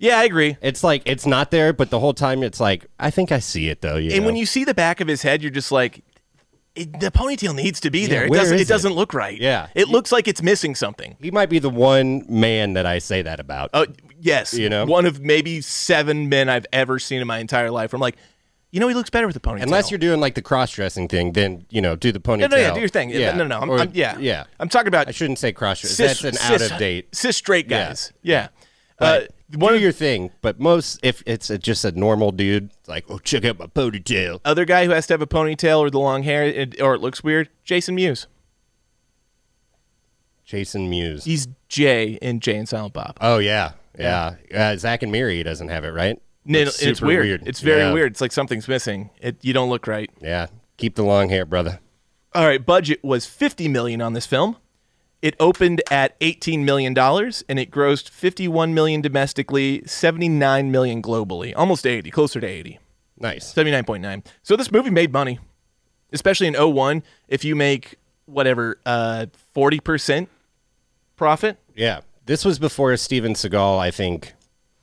yeah, I agree.
It's like it's not there, but the whole time it's like I think I see it though. You
And
know?
when you see the back of his head, you're just like, it, the ponytail needs to be there. It
where
doesn't.
is
It
it?
doesn't look right.
Yeah.
it looks like it's missing something.
He might be the one man that I say that about.
Uh, yes,
You know?
one of maybe seven men I've ever seen in my entire life. I'm like, you know, he looks better with a ponytail.
Unless you're doing like the cross dressing thing, then you know, do the
no,
ponytail.
no, yeah, do your thing.
Yeah.
No, no, no. I'm,
Or-
I'm- yeah,
yeah.
I'm talking about
I shouldn't say cross dressing.
cis,
That's an
cis-
out of date.
cis straight
Yeah.
guys. Yeah,
But
uh, one
do
of
your thing, but most if it's a, just a normal dude, it's like oh, check out my ponytail.
other guy who has to have a ponytail or the long hair it, or it looks weird. Jason Mewes.
Jason Mewes.
He's Jay in Jay and Silent Bob.
Oh yeah, yeah. Uh, Zach and Miri doesn't have it right.
No,
It's
it's, it's
super
weird.
weird.
It's very
Yeah.
weird. It's like something's missing. It, you don't look right.
Yeah, keep the long hair, brother.
All right, budget was 50 million on this film. It opened at 18 million dollars and it grossed 51 million domestically, 79 million globally, almost 80, closer to 80.
Nice.
79.9. So this movie made money. Especially in 01, if you make whatever uh 40% profit.
Yeah, this was before Steven Seagal. I think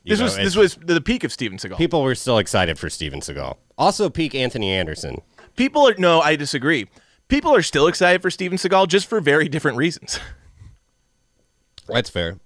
you
This
know,
was
it's-
this was the peak of Steven Seagal.
people were still excited for Steven Seagal. Also, peak Anthony Anderson.
People are no, I disagree. People are still excited for Steven Seagal just for very different reasons. <laughs>
That's fair.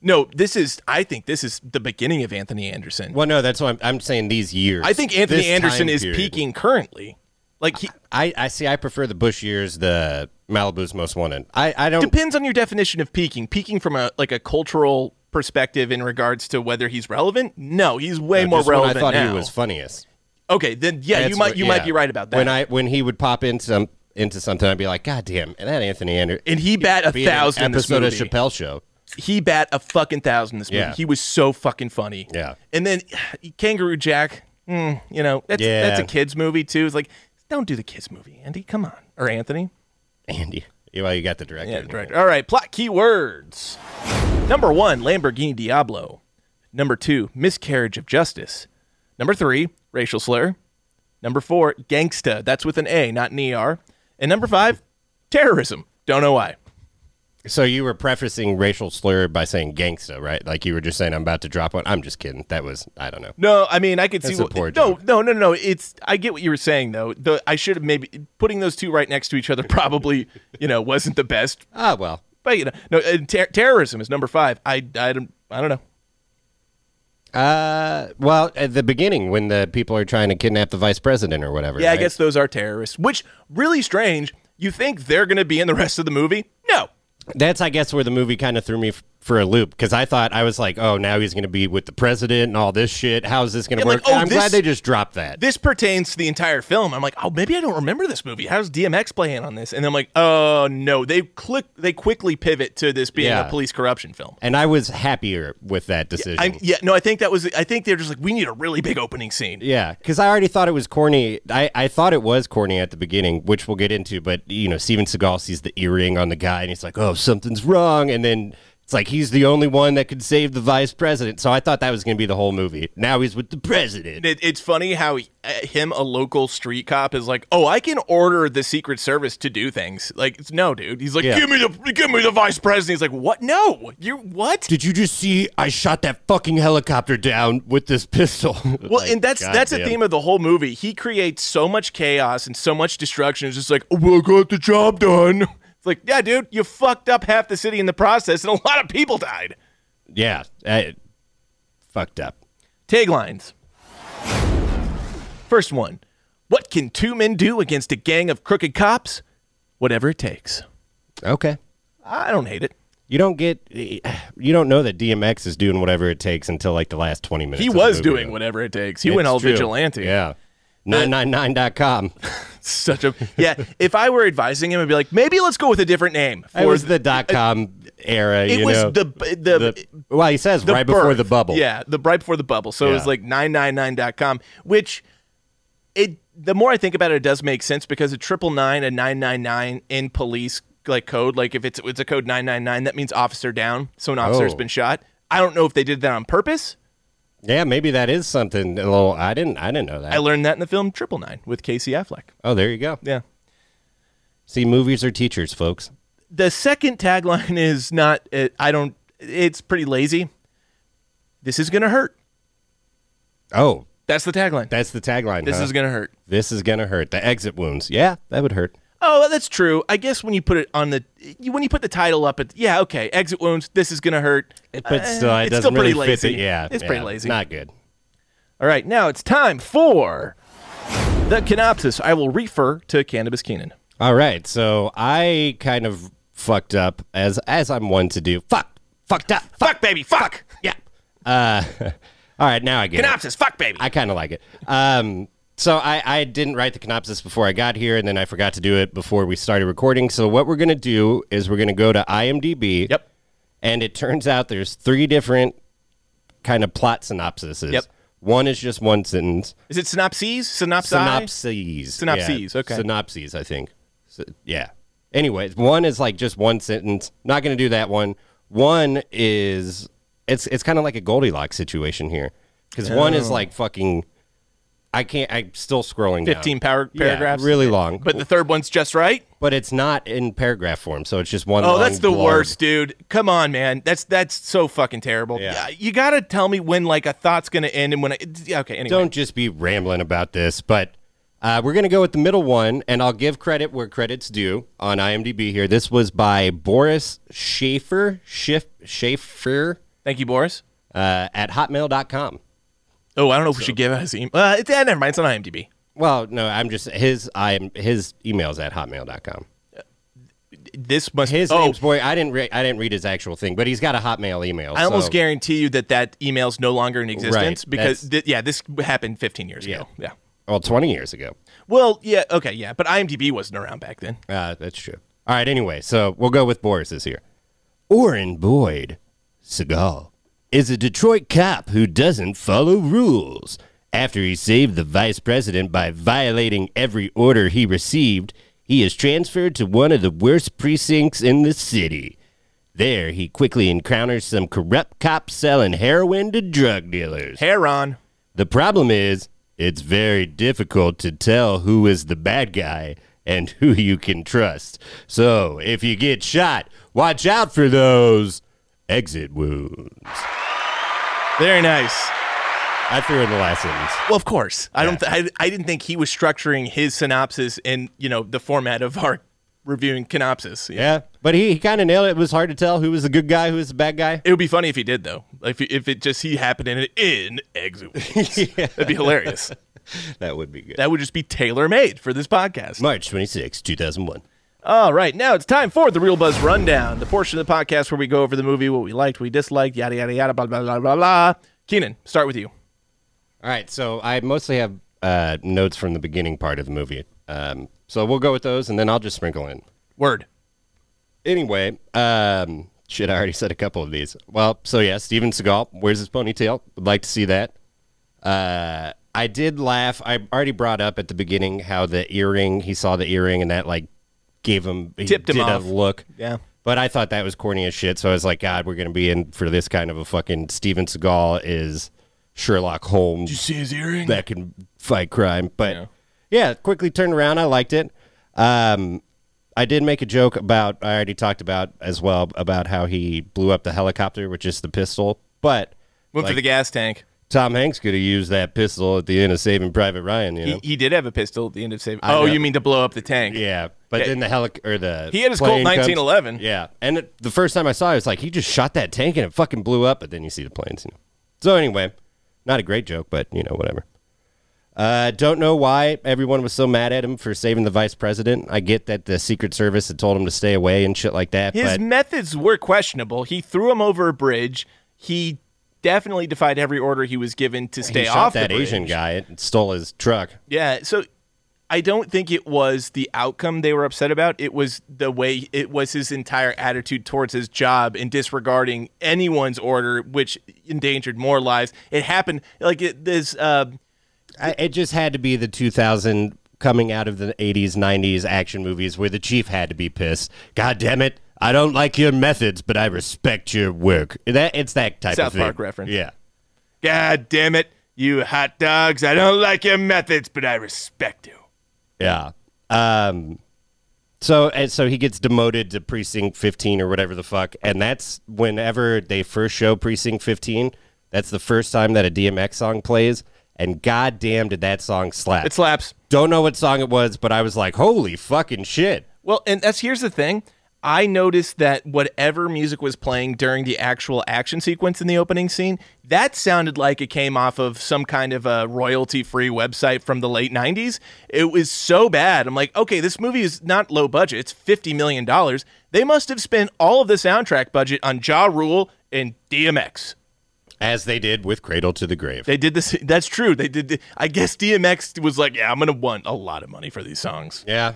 No, this is I think this is the beginning of Anthony Anderson.
Well, no, that's what I'm, I'm saying. These years,
I think Anthony
This
Anderson
time
is
period.
peaking currently. Like he
I, I see. I prefer the Bush years, the Malibu's most wanted. I, I don't.
depends on your definition of peaking. Peaking from a like a cultural perspective in regards to whether he's relevant. No, he's way
just
more
when
relevant
I thought
now.
he was funniest.
okay, then yeah, you
That's
might
what-
you
yeah.
might be right about that.
When I when he would pop in some into something, I'd be like, God damn, and that Anthony Anderson.
And he bat a thousand in this
episode
movie.
of Chappelle Show.
he bat a fucking thousand this movie.
Yeah.
He was so fucking funny.
Yeah.
And then <sighs> Kangaroo Jack, mm, you know, that's
Yeah.
that's a kids movie too. It's like, don't do the kids movie, Andy. Come on, or Anthony.
Andy. <laughs> Well, you got the director.
Yeah, the director. All right, plot keywords. Number one, Lamborghini Diablo. Number two, miscarriage of justice. Number three, racial slur. Number four, gangsta. That's with an A, not an ER. And number five, terrorism. Don't know why.
So you were prefacing racial slur by saying gangsta, right? Like you were just saying, I'm about to drop one. I'm just kidding. That was, I don't know.
No, I mean I could
That's
see.
a poor
what, no,
joke.
no, no, no. It's I get what you were saying though. The, I should have maybe putting those two right next to each other <laughs> probably you know wasn't the best.
Ah, well.
But you know, no uh, ter- terrorism is number five. I I don't I don't know.
Uh, well, at the beginning when the people are trying to kidnap the vice president or whatever.
Yeah, I
right?
guess those are terrorists. Which really strange. You think they're going to be in the rest of the movie? No.
that's I guess where the movie kind of threw me f- for a loop because I thought I was like, oh, now he's going to be with the president and all this shit. How is this going to
Yeah, like,
work?
oh,
I'm glad
this-
they just dropped that.
This pertains to the entire film. I'm like, oh, maybe I don't remember this movie. How's DMX playing on this? And I'm like, oh no, they click. They quickly pivot to this being
Yeah.
a police corruption film.
and I was happier with that decision.
I, yeah, no, I think that was. I think they're just like, we need a really big opening scene.
Yeah, because I already thought it was corny. I, I thought it was corny at the beginning, which we'll get into. But you know, Steven Seagal sees the earring on the guy, and he's like, "Oh, something's wrong." And then it's like he's the only one that could save the vice president. So I thought that was going to be the whole movie. Now he's with the president.
It, it's funny how he, uh, him, a local street cop, is like, "Oh, I can order the Secret Service to do things." Like, it's- no, dude. He's like,
Yeah.
"Give me the, give me the vice president." He's like, "What? No, you what?"
Did you just see? I shot that fucking helicopter down with this pistol. <laughs>
Well, and that's that's the theme of the whole movie. He creates so much chaos and so much destruction. It's just like, "Oh, I got the job done." <laughs> It's like, yeah, dude, you fucked up half the city in the process, and a lot of people died.
yeah, I- fucked up.
Taglines. First one What can two men do against a gang of crooked cops? Whatever it takes.
Okay.
I don't hate it.
You don't get, you don't know that DMX is doing whatever it takes until like the last twenty minutes.
He
of the
was
movie,
doing
though.
whatever it takes. He
It's
went all
true.
vigilante.
Yeah. 999.com.
<laughs> Such a yeah. if I were advising him, I'd be like, maybe let's go with a different name.
It was the dot com era.
it
you
was
know.
the, the the
well, he says right before
birth.
the bubble.
Yeah, the right before the bubble. So it was
Yeah.
like 999.com, which it the more I think about it, it does make sense because a triple nine, a nine nine nine in police like code, like if it's it's a code nine nine nine, that means officer down. So an officer's
Oh.
been shot. I don't know if they did that on purpose.
Yeah, maybe that is something. A little. I didn't. I didn't know that.
I learned that in the film Triple Nine with Casey Affleck.
oh, there you go.
Yeah.
See, movies are teachers, folks.
The second tagline <laughs> is not. It, I don't. It's pretty lazy. This is gonna hurt.
Oh,
That's the tagline.
that's the tagline.
this
huh?
is gonna hurt.
This is gonna hurt. The exit wounds. Yeah, that would hurt.
Oh, that's true. I guess when you put it on the you- when you put the title up, at yeah, okay, exit wounds. This is gonna hurt.
But still,
Uh,
it
it's
doesn't
still pretty
really fit.
lazy.
The, yeah,
It's
yeah,
pretty lazy.
Not good.
All right, now it's time for the canopsis. I will refer to Cannabis Keenan.
All right, so I kind of fucked up as as I'm one to do. Fuck, fucked up. Fuck.
Fuck baby, fuck
Yeah. Uh, <laughs> all right, now I get it.
canopsis, fuck baby.
I kind of like it. Um, so I, I didn't write the synopsis before I got here, and then I forgot to do it before we started recording. So what we're gonna do is we're gonna go to IMDb.
Yep.
And it turns out there's three different kind of plot synopsises.
Yep.
One is just one sentence.
Is it synopses? Synopsi?
Synopses.
Synopses,
Yeah.
okay.
Synopses, I think. So, yeah. Anyways, one is like just one sentence. Not going to do that one. One is it's it's kind of like a Goldilocks situation here because one
Oh.
is like fucking. I can't. I'm still scrolling. down.
15 par-
Yeah,
paragraphs?
really long. But
But the third one's just right.
but it's not in paragraph form, so it's just one.
Oh,
long
that's the
blurb.
worst, dude. Come on, man. That's that's so fucking terrible.
Yeah.
You gotta tell me when like a thought's gonna end and when I it's- yeah, okay. Anyway,
Don't just be rambling about this, but uh, we're going to go with the middle one, and I'll give credit where credit's due on IMDb here. This was by Boris Schaefer, Schiff, Schaefer
thank you, Boris.
uh, at hotmail.com.
Oh, I don't know if we should give out his email. Uh, it's, eh, never mind. It's on IMDb.
Well, no, I'm just his I'm his email's at hotmail.com.
This must
His
oh,
name's boy. I didn't re- I didn't read his actual thing, but he's got a hotmail email.
I almost
so-
guarantee you that that email's no longer in existence
Right,
because
that's-
th- yeah, this happened 15 years
Yeah.
ago. Yeah.
well, 20 years ago.
Well, yeah, okay, yeah, but IMDb wasn't around back then.
Uh, that's true. All right, anyway, so we'll go with Boris this year. Oren Boyd Seagal is a Detroit cop who doesn't follow rules. After he saved the vice president by violating every order he received, he is transferred to one of the worst precincts in the city. There, he quickly encounters some corrupt cops selling heroin to drug dealers.
Heron.
The problem is, it's very difficult to tell who is the bad guy and who <laughs> you can trust. So, if you get shot, watch out for those exit wounds.
Very nice.
I threw in the last sentence.
Well, of course. I don't. Th- I, I didn't think he was structuring his synopsis in you know the format of our reviewing synopsis.
Yeah, but he, he kind of nailed it. It was hard to tell who was the good guy, who was the bad guy.
It would be funny if he did though. If if it just he happened in in exit,
<laughs>
wounds. that'd be hilarious.
That would be good.
That would just be tailor made for this podcast.
March 26, 2001.
All right, now it's time for the Real Buzz Rundown, the portion of the podcast where we go over the movie, what we liked, we disliked, yada yada yada, blah blah blah blah blah. Keenan, start with you.
All right, so I mostly have uh, notes from the beginning part of the movie. Um, so we'll go with those, and then I'll just sprinkle in.
Word.
Anyway, um, shit, I already said a couple of these. Well, so yeah, Steven Seagal, where's his ponytail? Would like to see that. Uh, I did laugh. I already brought up at the beginning how the earring, he saw the earring, and that like gave him he
Tipped him
did
off.
a look.
Yeah.
But I thought that was corny as shit. So I was like, God, we're gonna be in for this kind of a fucking Steven Seagal is Sherlock Holmes
See his earring.
that can fight crime. But yeah, quickly turned around. I liked it. Um, I did make a joke about I already talked about as well about how he blew up the helicopter with just the pistol. But
Went for the gas tank.
Tom Hanks could have used that pistol at the end of Saving Private Ryan. You know,
He, he did have a pistol at the end of saving. Oh,
know.
you mean to blow up the tank?
yeah. But
Yeah.
then the helic or the
He had his Colt
plane comes-
1911.
Yeah, and it, the first time I saw it, it's like he just shot that tank and it fucking blew up. But then you see the planes. You know. So anyway, not a great joke, but you know whatever. Uh, don't know why everyone was so mad at him for saving the vice president. I get that the Secret Service had told him to stay away and shit like that.
His
but
methods were questionable. He threw him over a bridge. He definitely defied every order he was given to stay
he shot
off the
that
bridge.
Asian guy and stole his truck.
Yeah, so I don't think it was the outcome they were upset about. It was the way it was his entire attitude towards his job and disregarding anyone's order, which endangered more lives. It happened like it, this. Uh,
I, it just had to be the 2000 coming out of the 80s 90s action movies where the chief had to be pissed god damn it i don't like your methods but i respect your work that it's that type
South
of thing.
Park reference.
yeah
God damn it, you hot dogs! I don't like your methods, but I respect you.
yeah um so and so he gets demoted to precinct 15 or whatever the fuck and that's whenever they first show precinct 15 that's the first time that a dmx song plays and goddamn did that song slap
It slaps.
don't know what song it was but i was like holy fucking shit
Well, and that's here's the thing. I noticed that whatever music was playing during the actual action sequence in the opening scene, that sounded like it came off of some kind of a royalty-free website from the late 90s. It was so bad. I'm like, "Okay, this movie is not low budget. It's 50 million dollars. They must have spent all of the soundtrack budget on Ja Rule and DMX."
as they did with Cradle to the Grave.
They did this <laughs> that's true. They did I guess DMX was like, "Yeah, I'm going to want a lot of money for these songs."
yeah.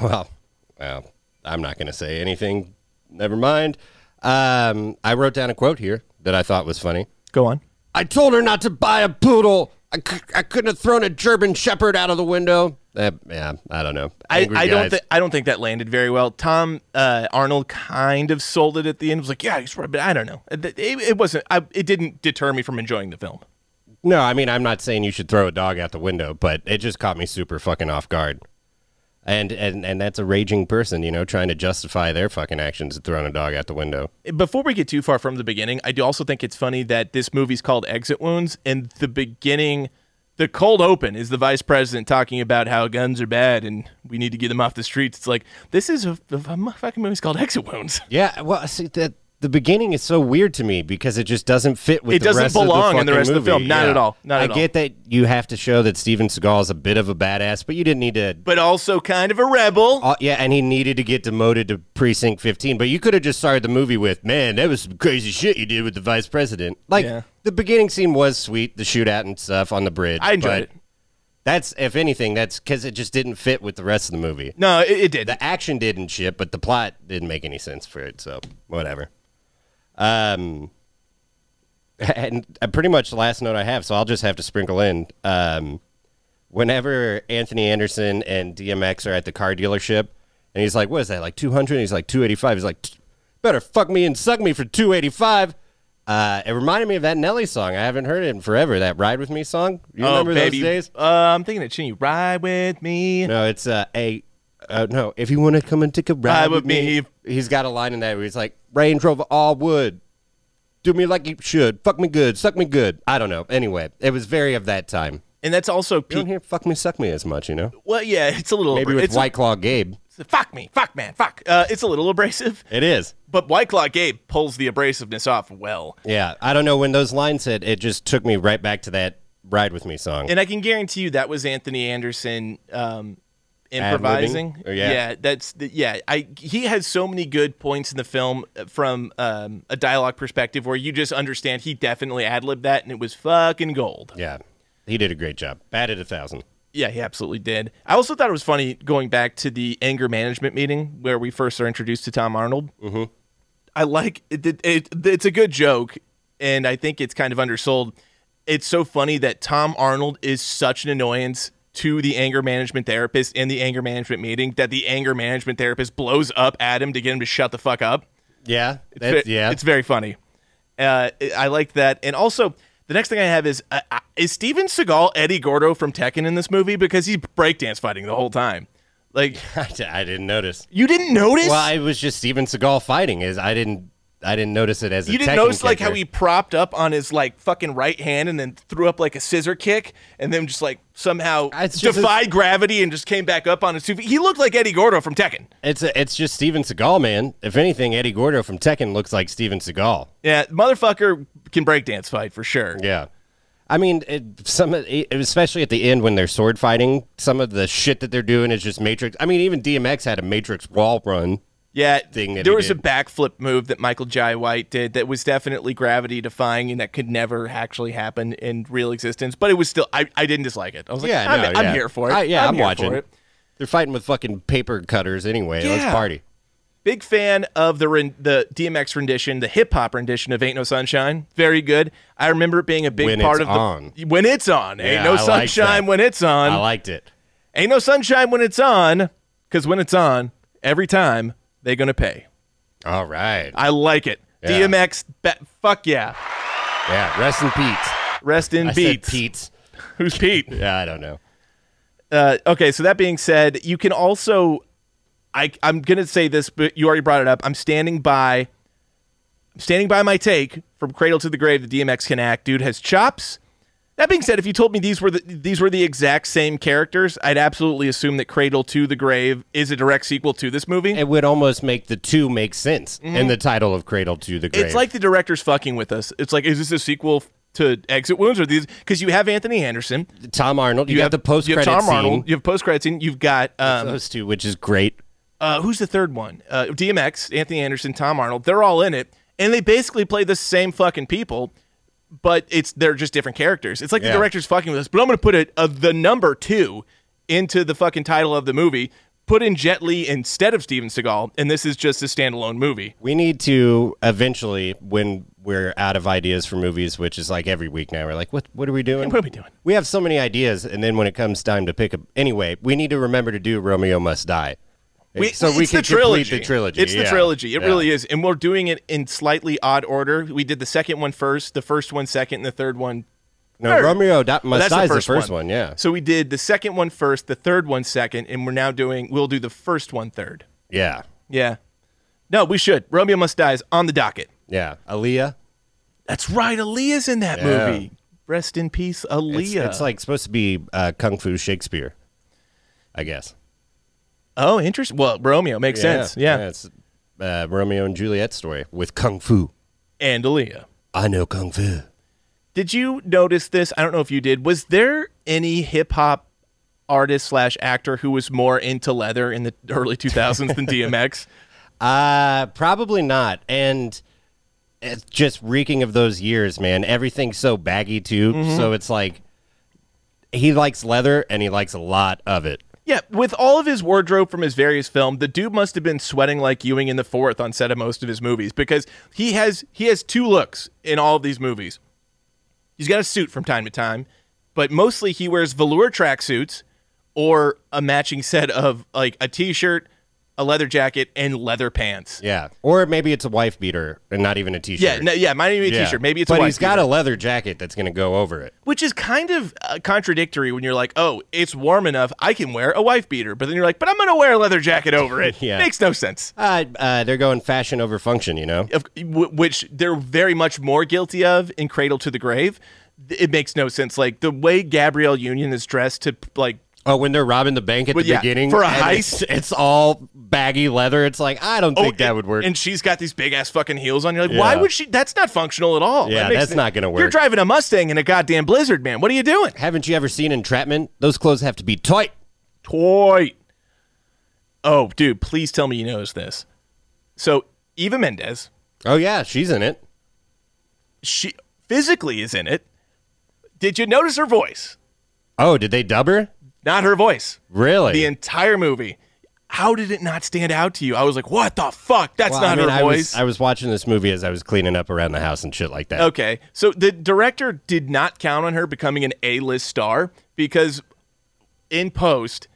Well, well, I'm not going to say anything. Never mind. Um, I wrote down a quote here that I thought was funny.
Go on.
I told her not to buy a poodle. I, c- I couldn't have thrown a German Shepherd out of the window. That, yeah, I don't know.
I,
Angry
I don't
guys.
think I don't think that landed very well. Tom uh, Arnold kind of sold it at the end. Was like, yeah, he's right, but I don't know. It, it- it wasn't. I, it didn't deter me from enjoying the film.
No, I mean, I'm not saying you should throw a dog out the window, but it just caught me super fucking off guard. And, and and that's a raging person, you know, trying to justify their fucking actions of throwing a dog out the window.
Uh, Before we get too far from the beginning, I do also think it's funny that this movie's called Exit Wounds, and the beginning, the cold open, is the vice president talking about how guns are bad and we need to get them off the streets. It's like this is a, a fucking movie's called Exit Wounds. <laughs>
Yeah, well, see that the beginning is so weird to me because it just doesn't fit with.
It
the
doesn't
rest
belong
of the
in the
fucking
rest of the
movie.
film. Not at all. Not
I
at all.
get that you have to show that Steven Seagal is a bit of a badass, but you didn't need to.
But also kind of a rebel.
Uh, yeah, and he needed to get demoted to precinct 15, but you could have just started the movie with, "Man, that was some crazy shit you did with the vice president." Like
Yeah.
the beginning scene was sweet, the shootout and stuff on the bridge.
I enjoyed
but
it.
That's if anything, that's because it just didn't fit with the rest of the movie.
No, it, it did.
The action didn't shit, but the plot didn't make any sense for it. So whatever. Um, <laughs> and uh, pretty much the last note I have, so I'll just have to sprinkle in. Um, whenever Anthony Anderson and DMX are at the car dealership, and he's like, "What is that? Like 200?" He's like, "285." He's like, "Tch, "Better fuck me and suck me for 285." Uh, it reminded me of that Nelly song. I haven't heard it in forever. That "Ride with Me" song. You
oh,
remember
baby.
those days?
Uh, I'm thinking of Chinny. Ride with me.
No, it's uh, a. Uh, no, if you want to come and take a ride,
Ride with
with me,
me.
he's got a line in there where he's like, "Range Rover all wood, do me like you should, fuck me good, suck me good." I don't know. Anyway, it was very of that time.
And that's also
You don't
peak.
hear "fuck me, suck me" as much, you know.
Well, yeah, it's a little.
Maybe
abra-
with
it's
White Claw Gabe,
A, fuck me, fuck man, fuck. Uh, it's a little abrasive,
it is.
but White Claw Gabe pulls the abrasiveness off well.
Yeah, I don't know when those lines hit. It just took me right back to that "Ride with Me" song.
And I can guarantee you that was Anthony Anderson um, improvising.
Ad-libbing? Or yeah.
that's the, yeah. I he has so many good points in the film uh, from um, a dialogue perspective where you just understand he definitely ad libbed that and it was fucking gold.
yeah, he did a great job. Batted a thousand.
Yeah, he absolutely did. I also thought it was funny going back to the anger management meeting where we first are introduced to Tom Arnold. Mm-hmm. I like it, it, it. It's a good joke, and I think it's kind of undersold. It's so funny that Tom Arnold is such an annoyance to the anger management therapist in the anger management meeting that the anger management therapist blows up at him to get him to shut the fuck up.
Yeah,
It's
that's,
ve-
yeah.
it's very funny. Uh, I- I like that, and also the next thing I have is uh, uh, is Steven Seagal Eddie Gordo from Tekken in this movie because he's breakdance fighting the whole time. Like
<laughs> I didn't notice.
you didn't notice?
Well, it was just Steven Seagal fighting. Is I didn't I didn't notice it as a
you didn't
Tekken
notice like how
kicker.
he propped up on his like fucking right hand and then threw up like a scissor kick and then just like somehow
It's just a-
defied gravity and just came back up on his two feet. He looked like Eddie Gordo from Tekken.
It's a, it's just Steven Seagal, man. If anything, Eddie Gordo from Tekken looks like Steven Seagal.
Yeah, motherfucker can breakdance fight for sure.
Yeah. I mean, it, some of- it, especially at the end when they're sword fighting, some of the shit that they're doing is just Matrix. I mean, even DMX had a Matrix wall run.
Yeah,
thing that
there
he
was a
did.
backflip move that Michael Jai White did that was definitely gravity defying and that could never actually happen in real existence. But it was still, I, I didn't dislike it. I was like,
Yeah,
I'm,
no,
I'm
yeah.
here for it.
I- yeah, I'm
here
watching.
For it.
They're fighting with fucking paper cutters anyway.
Yeah.
Let's party.
Big fan of the ren- the DMX rendition, the hip hop rendition of "Ain't No Sunshine." Very good. I remember it being a big
When
part
it's
of the
on.
when it's on. Ain't
Yeah,
no
I like
sunshine
that.
when it's on.
I liked it.
Ain't no sunshine when it's on. Because when it's on, every time they gonna pay.
All right.
I like it.
Yeah.
DMX, ba- fuck yeah.
Yeah. Rest in Pete.
Rest in
I
Pete.
said Pete's.
Who's Pete?
Yeah, I don't know.
Uh, okay, so that being said, you can also, I, I'm gonna say this, but you already brought it up. I'm standing by, I'm standing by my take from cradle to the grave. The DMX can act, dude has chops. That being said, if you told me these were the these were the exact same characters, I'd absolutely assume that Cradle to the Grave is a direct sequel to this movie.
It would almost make the two make sense in the title of Cradle to the Grave.
Mm-hmm. It's like the director's fucking with us. It's like, is this a sequel to Exit Wounds or these? Because you have Anthony Anderson,
Tom Arnold. You,
you,
have, the post
you
credit
have
scene.
Tom Arnold, you have post credit scene, you've got um,
those two, which is great.
uh, who's the third one? Uh, DMX, Anthony Anderson, Tom Arnold. They're all in it, and they basically play the same fucking people, but it's they're just different characters. It's like the
Yeah.
director's fucking with us. But I'm gonna put it uh, the number two into the fucking title of the movie. Put in Jet Li instead of Steven Seagal, and this is just a standalone movie.
We need to eventually, when we're out of ideas for movies, which is like every week now, we're like, what What are we doing?
What are we doing?
We have so many ideas, and then when it comes time to pick up, anyway, we need to remember to do Romeo Must Die.
We,
so we
it's
can
the trilogy.
complete the trilogy.
It's the
yeah.
trilogy. It
Yeah.
really is, and we're doing it in slightly odd order. We did the second one first, the first one second, and the third one
No, Romeo Di-
Well,
Must Die is the first one. Yeah,
So we did the second one first, the third one second, and we're now doing. We'll do the first one third.
yeah,
Yeah. No, we should. Romeo Must Die is on the docket.
yeah. Aaliyah.
That's right. Aaliyah's in that
Yeah.
movie. Rest in peace, Aaliyah.
It's, it's like supposed to be uh, Kung Fu Shakespeare, I guess.
oh, interesting. Well, Romeo makes sense. Yeah.
it's uh, Romeo and Juliet story with kung fu.
And Aaliyah.
I know kung fu.
Did you notice this? I don't know if you did. Was there any hip hop artist slash actor who was more into leather in the early 2000s
<laughs>
than DMX?
Uh, probably not. And it's Mm-hmm. just reeking of those years, man. Everything's so baggy too. So it's like he likes leather and he likes a lot of it.
Yeah, with all of his wardrobe from his various films, the dude must have been sweating like Ewing in the Fourth on set of most of his movies because he has he has two looks in all of these movies. He's got a suit from time to time, but mostly he wears velour tracksuits or a matching set of like a t-shirt, a leather jacket, and leather pants.
Yeah. Or maybe it's a wife beater and not even a t shirt.
Yeah, no, yeah, might not even be a t-shirt. Maybe it's
But
a
he's got a leather jacket that's going to go over it.
which is kind of uh, contradictory when you're like, oh, it's warm enough, I can wear a wife beater, but then you're like, but I'm gonna wear a leather jacket over it.
<laughs> Yeah.
makes no sense.
Uh, uh, they're going fashion over function, you know?
of, w- which they're very much more guilty of in Cradle to the Grave. th- It makes no sense. Like the way Gabrielle Union is dressed to like,
Oh, when they're robbing the bank at
Well,
the
yeah,
beginning
for a
and
heist.
it's, it's all baggy leather. It's like I don't
oh,
think that
and-
would work.
And she's got these big ass fucking heels on. You're like, why
Yeah.
would she? That's not functional at all.
Yeah,
That makes
that's not gonna
You're
work.
driving a Mustang in a goddamn blizzard, man. What are you doing?
Haven't you ever seen entrapment? Those clothes have to be tight.
Toy. Oh, dude, please tell me you noticed this. So Eva Mendes,
Oh yeah, she's in it.
she physically is in it. Did you notice her voice?
Oh, did they dub her?
Not her voice.
Really?
the entire movie. How did it not stand out to you? I was like, what the fuck? That's
Well,
not
I mean,
her
I
voice.
Was, I was watching this movie as I was cleaning up around the house and shit like that.
okay. So the director did not count on her becoming an A list star because in post,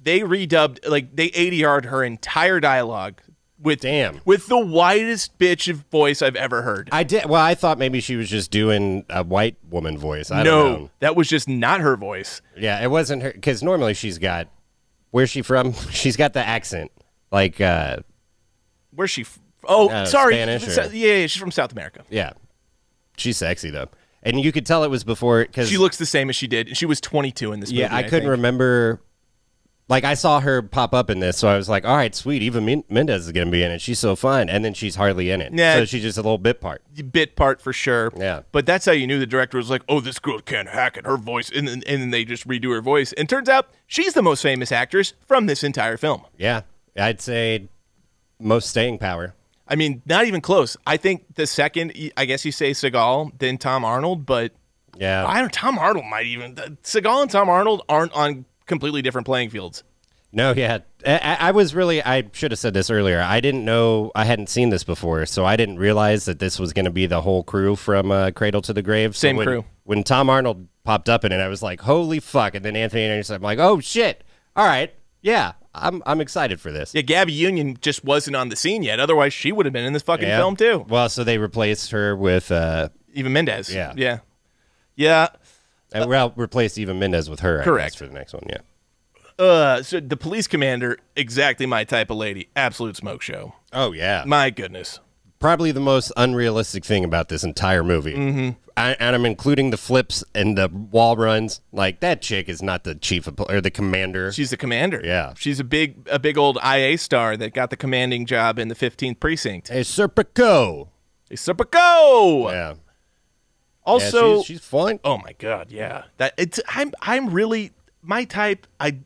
they redubbed, like, they ADR'd her entire dialogue with
Damn.
with the widest bitch of voice I've ever heard.
I did. Well, I thought maybe she was just doing a white woman voice. I don't know.
no, that was just not her voice.
Yeah, it wasn't her because normally she's got. Where's she from? <laughs> She's got the accent. Like, uh,
Where's she? F- oh,
Uh,
sorry.
Spanish or-
So- yeah, yeah, she's from South America.
yeah, she's sexy though, and you could tell it was before because
She looks the same as she did. and She was 22 in this movie.
Yeah, I couldn't
think.
remember. Like I saw her pop up in this, so I was like, "All right, sweet. Even Men- Mendez is gonna be in it. She's so fine." And then she's hardly in it.
Yeah.
So she's just a little bit part.
bit part for sure.
Yeah.
But that's how you knew the director was like, oh, this girl can't hack it. Her voice. And then, and then they just redo her voice. And turns out she's the most famous actress from this entire film.
Yeah, I'd say most staying power.
I mean, not even close. I think the second, I guess you say Seagal, then Tom Arnold, but
Yeah,
I don't Tom Arnold might even. Seagal and Tom Arnold aren't on completely different playing fields.
no, yeah. I- I, I was really. I should have said this earlier. I didn't know. I hadn't seen this before, so I didn't realize that this was gonna be the whole crew from uh, Cradle to the Grave. So
Same
when-
crew.
When Tom Arnold popped up in it, I was like, "Holy fuck!" And then Anthony Anderson, I'm like, "Oh shit! All right, yeah." I'm I'm excited for this.
Yeah, Gabby Union just wasn't on the scene yet. Otherwise, she would have been in this fucking
Yeah.
film too.
Well, so they replaced her with uh,
Even Mendez.
Yeah.
Yeah. Yeah.
uh, well, replaced Eva Mendez with her. I guess,
Correct.
for the next one. Yeah.
Uh, so the police commander, exactly my type of lady. Absolute smoke show.
Oh yeah.
My goodness.
Probably the most unrealistic thing about this entire movie, mm-hmm. I, and I'm including the flips and the wall runs. Like that chick is not the chief of pol- or the commander.
She's the commander.
Yeah.
She's a big, a big old IA star that got the commanding job in the 15th precinct.
hey, Serpico.
Hey, Serpico.
Yeah. Yeah,
Also,
she's, she's fun.
oh my god, yeah. That it's. I'm. I'm really my type. I.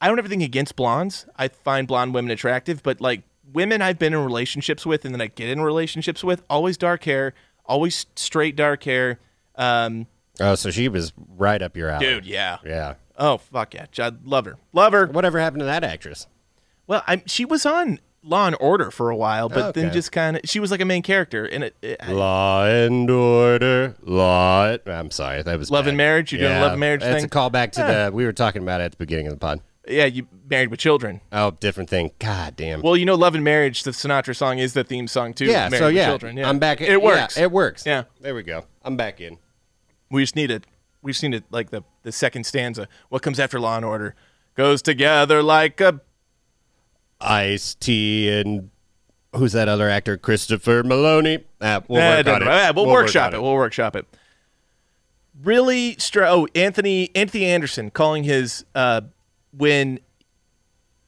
I don't have anything against blondes. I find blonde women attractive, but like women I've been in relationships with and then I get in relationships with, always dark hair, always straight dark hair. Um,
Oh, so she was right up your alley,
dude, yeah.
Yeah.
Oh fuck yeah, I love her, love her.
Whatever happened to that actress?
Well, I, she was on Law and Order for a while, but then
Okay.
just kind of she was like a main character in it. it- I-
Law and order. Law. I'm sorry, that was
Love
bad.
and marriage. You're doing a love and marriage
That's
thing.
a callback to the we were talking about it at the beginning of the pod.
yeah, you married with children.
Oh, different thing. God damn.
Well, you know, Love and Marriage, the Sinatra song is the theme song too.
yeah.
Married
So
with
yeah,
children. yeah,
I'm back.
It works.
Yeah, it works.
Yeah.
There we go. I'm back in.
we just need it. We just need it like the the second stanza. What comes after Law and Order goes together like a
Ice T and who's that other actor? Christopher Maloney. Ah, we'll
Eh,
work on
doesn't
it.
matter. Eh, We'll,
We'll work
workshop
on
it. We'll workshop it. Really, str- oh Anthony Anthony Anderson calling his uh, when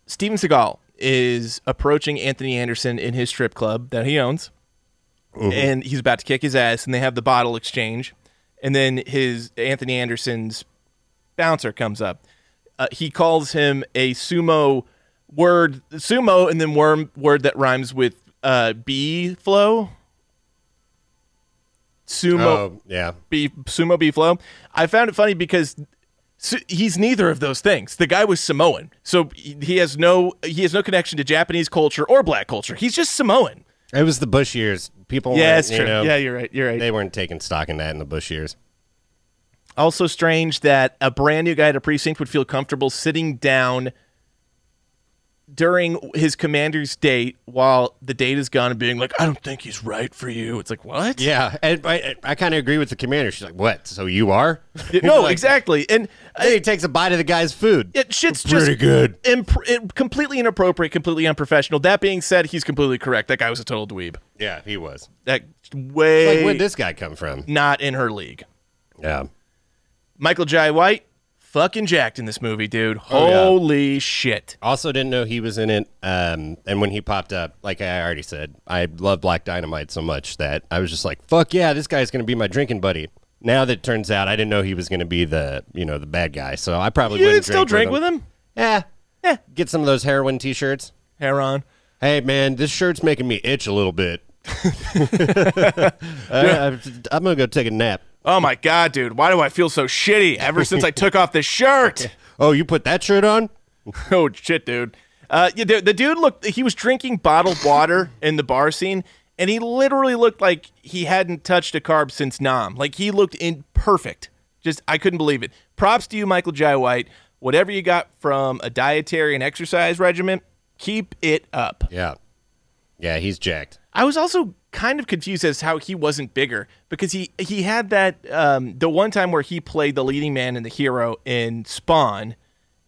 Steven Seagal is approaching Anthony Anderson in his strip club that he owns, and he's about to kick his ass, and they have the bottle exchange, and then his Anthony Anderson's bouncer comes up. Uh, he calls him a sumo word, sumo, and then worm word that rhymes with uh, bee flow. Sumo
Oh, yeah. Oh.
bee, sumo bee flow. I found it funny because So he's neither of those things. The guy was Samoan, so he he has no he has no connection to Japanese culture or black culture. He's just Samoan.
It was the Bush years. People
Yeah,
weren't,
it's
you
true.
know,
yeah, you're right. You're right.
they weren't taking stock in that in the Bush years.
Also strange that a brand new guy at a precinct would feel comfortable sitting down during his commander's date while the date is gone and being like, I don't think he's right for you. It's like, what?
Yeah, and I, I kind of agree with the commander. She's like, "What? So you are?"
<laughs> No,
Like,
exactly. And
<laughs>
uh,
Then he takes a bite of the guy's food.
it, shit's
Pretty
just
good.
imp- it- completely inappropriate, completely unprofessional. That being said, he's completely correct. That guy was a total dweeb.
Yeah, he was.
That
Like,
way
where'd this guy come from?
not in her league.
Yeah.
Michael Jai White, fucking jacked in this movie, dude.
Oh, yeah.
Holy shit.
Also, didn't know he was in it. Um, and when he popped up, like I already said, I love Black Dynamite so much that I was just like, "Fuck yeah, this guy's gonna be my drinking buddy." Now that it turns out, I didn't know he was gonna be the you know the bad guy, so I probably
You
wouldn't
didn't still drink with him?
Yeah.
Yeah.
Get some of those heroin T-shirts.
Heron.
Hey man, this shirt's making me itch a
<laughs>
little bit. Uh, I'm gonna go take a nap.
Oh my god, dude! Why do I feel so shitty ever since I took off this shirt?
Oh, you put that shirt on?
<laughs> oh shit, dude! Uh, yeah, the, the dude looked—he was drinking bottled water in the bar scene, and he literally looked like he hadn't touched a carb since Nam. Like he looked in perfect. Just I couldn't believe it. Props to you, Michael Jai White. Whatever you got from a dietary and exercise regimen, keep it up.
Yeah, yeah, he's jacked.
I was also kind of confused as how he wasn't bigger because he he had that um, the one time where he played the leading man and the hero in Spawn,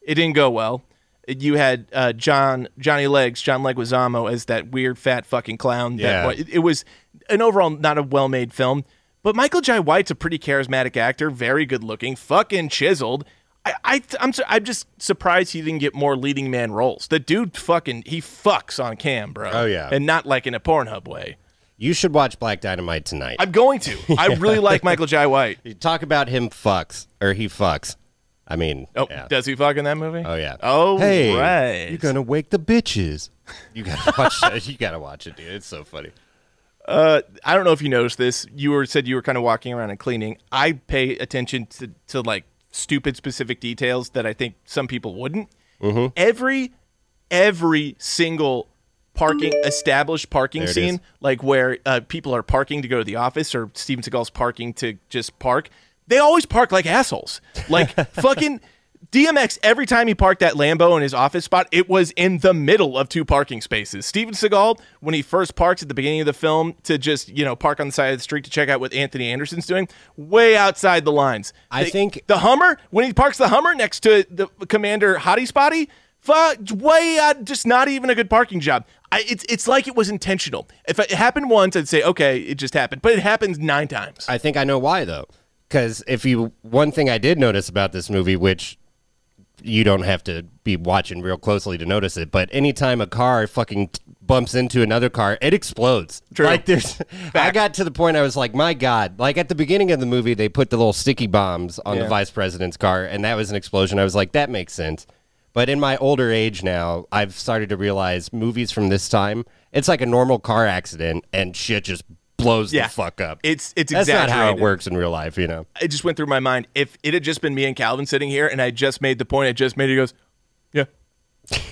it didn't go well. You had uh, John Johnny Legs John Leguizamo as that weird fat fucking clown. that
Yeah.
wa- it, it was an overall not a well made film, but Michael Jai White's a pretty charismatic actor, very good looking, fucking chiseled. I, I I'm su- I'm just surprised he didn't get more leading man roles. The dude fucking he fucks on cam, bro.
Oh, yeah.
and not like in a Pornhub way.
You should watch Black Dynamite tonight.
I'm going to.
<laughs>
I really like Michael Jai White.
You talk about him fucks or he fucks. I mean,
Oh,
yeah.
does he fuck in that movie?
oh yeah.
Oh,
hey,
right.
you're gonna wake the bitches. You gotta watch that. <laughs> You gotta watch it, dude. It's so funny.
I don't know if you noticed this. You were said you were kind of walking around and cleaning. I pay attention to, to like stupid specific details that I think some people wouldn't.
Mm-hmm.
Every every single parking established parking
There it
scene,
is.
like where uh, people are parking to go to the office or Steven Seagal's parking to just park, they always park like assholes. Like fucking. DMX, every time he parked that Lambo in his office spot, it was in the middle of two parking spaces. Steven Seagal, when he first parks at the beginning of the film to just, you know, park on the side of the street to check out what Anthony Anderson's doing, way outside the lines.
I
They-
think-
the Hummer, when he parks the Hummer next to the Commander Hottie Spotty, fuck, way out, just not even a good parking job. I, it's it's like it was intentional. If it happened once, I'd say okay, it just happened. But it happens nine times.
I think I know why though, because if you one thing I did notice about this movie, which you don't have to be watching real closely to notice it, but anytime a car fucking t- bumps into another car, it explodes.
True.
Like there's, <laughs> I got to the point I was like, my god! Like at the beginning of the movie, they put the little sticky bombs on
Yeah.
the vice president's car, and that was an explosion. I was like, that makes sense. But in my older age now, I've started to realize movies from this time, it's like a normal car accident, and shit just blows
Yeah.
the fuck up.
It's- it's
That's not how it
exaggerated.
works in real life, you know.
it just went through my mind. If it had just been me and Calvin sitting here, and I just made the point I just made, he goes,
<laughs>
"Yeah."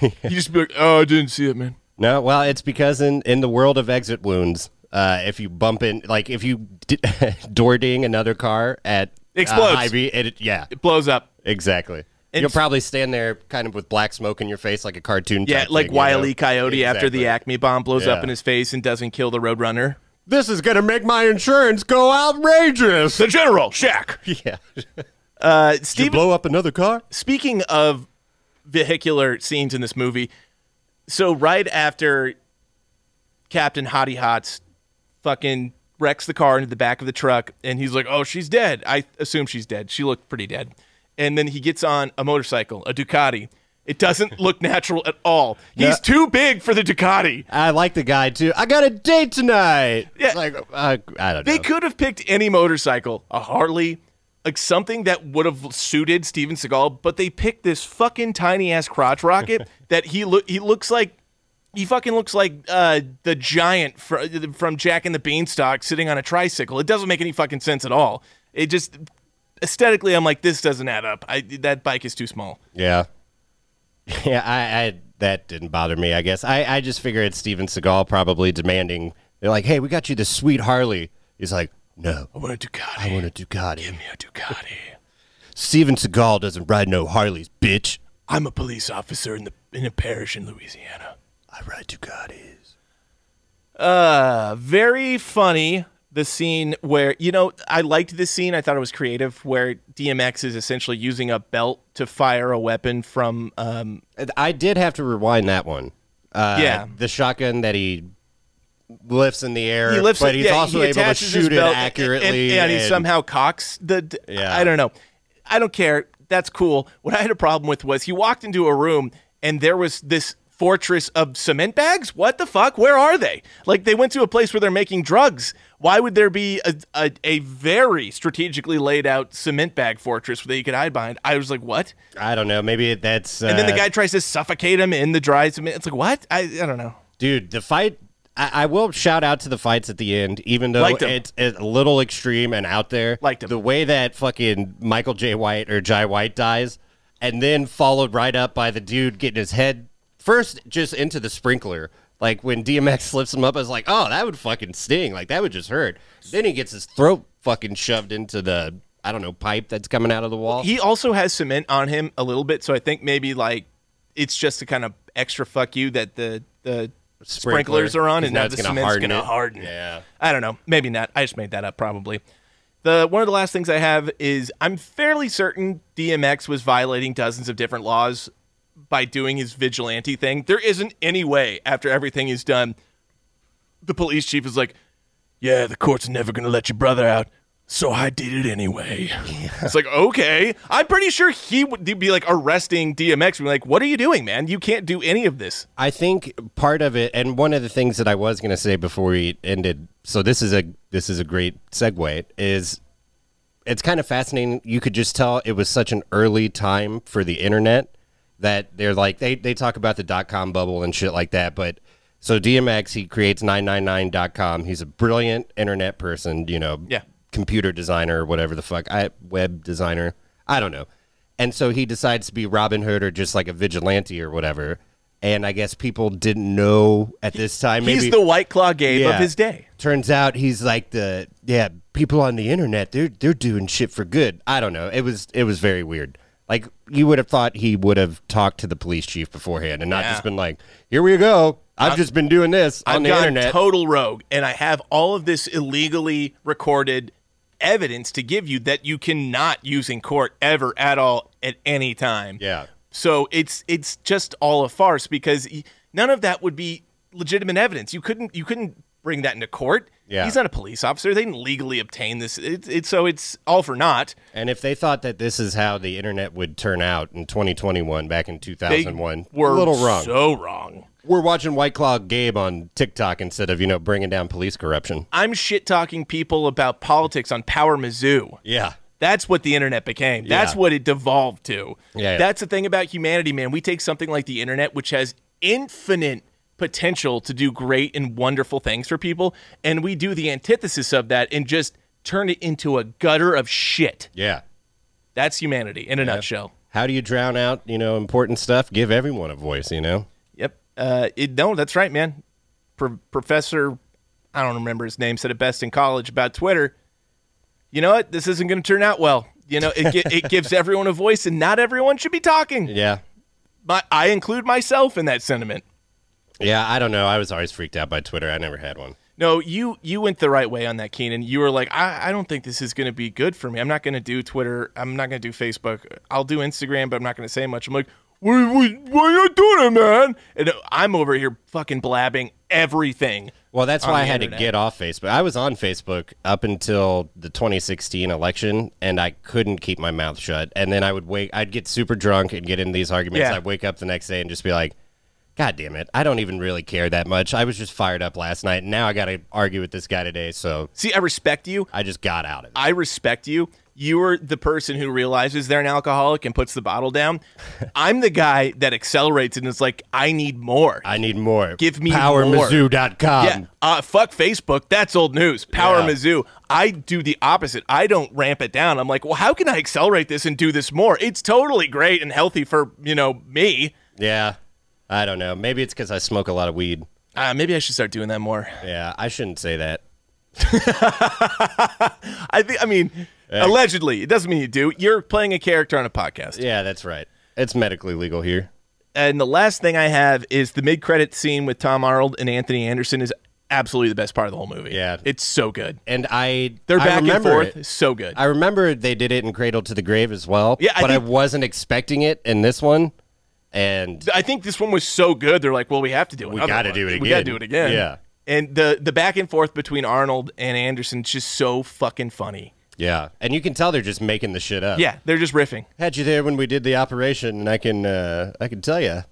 You just be like, "Oh, I didn't see it, man."
No, well, it's because in in the world of exit wounds, uh, if you bump in, like if you d- <laughs> door ding another car at
Explodes.
uh, Hy-Vee, it, yeah,
It blows up.
exactly.
It's-
You'll probably stand there, kind of with black smoke in your face, like a cartoon.
Yeah,
type
like
thing, you know?
Wiley Coyote after the
Exactly.
Acme bomb blows up
Yeah.
in his face and doesn't kill the Roadrunner.
This is gonna make my insurance
<laughs>
go outrageous.
The General Shaq.
yeah,
Uh,
you
Steven
blow up another car.
speaking of vehicular scenes in this movie, so right after Captain Hottie Hots fucking wrecks the car into the back of the truck, and he's like, "Oh, she's dead." I assume she's dead. She looked pretty dead. And then he gets on a motorcycle, a Ducati. It doesn't look natural at all. He's too big for the Ducati.
I like the guy too. I got a date tonight.
Yeah.
like uh, I don't know.
They could have picked any motorcycle, a Harley, like something that would have suited Steven Seagal, but they picked this fucking tiny ass crotch <laughs> rocket that he look he looks like he fucking looks like uh, the giant fr- from Jack and the Beanstalk sitting on a tricycle. It doesn't make any fucking sense at all. It just aesthetically, I'm like, this doesn't add up. I that bike is too small.
Yeah. <laughs> Yeah, I, I that didn't bother me, I guess. I, I just figure it's Steven Seagal probably demanding they're like, Hey, we got you this sweet Harley. He's like, No,
I want a Ducati.
I want a Ducati.
a Ducati.
Steven Seagal doesn't ride no Harleys, bitch.
I'm a police officer in the in a parish in Louisiana.
I ride Ducatis.
Uh, very funny. The scene where you know I liked this scene. I thought it was creative, where DMX is essentially using a belt to fire a weapon from. Um,
I did have to rewind that one. Uh,
Yeah.
the shotgun that he lifts in the air,
he lifts
but
it-
he's
yeah,
also
he
able to
attaches his
shoot it
belt
accurately.
and, and, he somehow cocks the. d-
Yeah.
I don't know. I don't care. That's cool. What I had a problem with was he walked into a room and there was this fortress of cement bags. What the fuck? Where are they? Like they went to a place where they're making drugs. Why would there be a, a, a very strategically laid out cement bag fortress that you could hide behind? I was like, what?
I don't know. Maybe that's uh,
And then the guy tries to suffocate him in the dry cement. It's like, what? I, I don't know.
dude. The fight. I, I will shout out to the fights at the end, even though
Liked 'em.
it's, it's a little extreme and out there.
Liked 'em.
the way that fucking Michael J. White or Jai White dies, and then followed right up by the dude getting his head first just into the sprinkler. Like when DMX <laughs> slips him up, I was like, oh, that would fucking sting. Like that would just hurt. Then he gets his throat fucking shoved into the I don't know pipe that's coming out of the wall.
He also has cement on him a little bit, so I think maybe like it's just a kind of extra fuck you that the the sprinklers are on,
'cause
and
now
now,
it's
the
gonna
cement's
harden
gonna
it.
harden.
Yeah.
I don't know. Maybe not. I just made that up probably. The one of the last things I have is I'm fairly certain DMX was violating dozens of different laws by doing his vigilante thing. There isn't any way after everything is done, the police chief is like, "Yeah, the court's never gonna let your brother out." So I did it anyway. It's like okay, I'm pretty sure he would they'd be like arresting DMX. and Be like, what are you doing, man? You can't do any of this.
I think part of it, and one of the things that I was going to say before we ended, so this is a this is a great segue. Is it's kind of fascinating. You could just tell it was such an early time for the internet that they're like they they talk about the dot com bubble and shit like that. But so DMX he creates 999.com. He's a brilliant internet person. You know,
Yeah.
computer designer or whatever the fuck, I web designer, I don't know. And so he decides to be Robin Hood or just like a vigilante or whatever. And I guess people didn't know at this time. Maybe
He's the White Claw Gabe of
Yeah.
his day.
Turns out he's like the yeah people on the internet. They're they're doing shit for good. I don't know. It was it was very weird. Like you would have thought he would have talked to the police chief beforehand and not
Yeah.
just been like, here we go. I've just been doing this on
I've
the
gone
internet.
total rogue, and I have all of this illegally recorded evidence to give you that you cannot use in court ever at all at any time.
yeah.
So it's it's just all a farce because y- none of that would be legitimate evidence. You couldn't you couldn't bring that into court.
Yeah.
He's not a police officer. They didn't legally obtain this. It's it's so it's all for naught.
And if they thought that this is how the internet would turn out in 2021, back in
They
2001,
were
a little wrong.
So wrong.
we're watching White Claw Gabe on TikTok instead of you know bringing down police corruption.
I'm shit talking people about politics on Power Mizzou.
Yeah,
That's what the internet became. That's
Yeah.
what it devolved to.
Yeah, yeah.
That's the thing about humanity, man. We take something like the internet, which has infinite potential to do great and wonderful things for people, and we do the antithesis of that and just turn it into a gutter of shit.
yeah.
That's humanity in a nutshell.
How do you drown out you know important stuff? Give everyone a voice. You know.
Yep. Uh, it, no, that's right, man. Pro- Professor, I don't remember his name, said it best in college about Twitter. You know what? This isn't going to turn out well. You know, it, gi- it gives everyone a voice, and not everyone should be talking.
<laughs> Yeah,
my, I include myself in that sentiment.
yeah. I don't know. I was always freaked out by Twitter. I never had one.
No, you you went the right way on that, Keenan. You were like, I, I don't think this is going to be good for me. I'm not going to do Twitter. I'm not going to do Facebook. I'll do Instagram, but I'm not going to say much. I'm like, what, what, why are you doing it, man? And I'm over here fucking blabbing everything.
Well, that's
on
why I
the
had
internet.
to get off Facebook. I was on Facebook up until the 2016 election, and I couldn't keep my mouth shut. And then I would wake, I'd get super drunk and get in these arguments.
Yeah.
I'd wake up the next day and just be like, God damn it. I don't even really care that much. I was just fired up last night. And now I got to argue with this guy today. So
See, I respect you.
I just got out of it.
I respect you. You are the person who realizes they're an alcoholic and puts the bottle down. I'm the guy that accelerates and is like, I need more.
I need more.
Give me more.
PowerMizzou.com.
Yeah. Uh, fuck Facebook. That's old news. Power
Um, Yeah.
Mizzou. I do the opposite. I don't ramp it down. I'm like, well, how can I accelerate this and do this more? It's totally great and healthy for you know me.
Yeah. I don't know. Maybe it's because I smoke a lot of weed.
Uh, maybe I should start doing that more.
Yeah, I shouldn't say that.
I think. I mean, allegedly, it doesn't mean you do. You're playing a character on a podcast.
Yeah, that's right. It's medically legal here.
And the last thing I have is the mid-credit scene with Tom Arnold and Anthony Anderson is absolutely the best part of the whole movie.
Yeah.
it's so good.
And I
They're
I
back and
remember
forth.
it.
So good.
I remember they did it in Cradle to the Grave as well.
Yeah, I
but I
think-
wasn't expecting it in this one. And
I think this one was so good. They're like, well, we have to do it.
gotta do it
We got to
again.
do it again.
Yeah.
And the the back and forth between Arnold and Anderson is just so fucking funny.
yeah, and you can tell they're just making the shit up.
Yeah, they're just riffing.
had you there when we did the operation, and I can uh, I can
<laughs>
tell you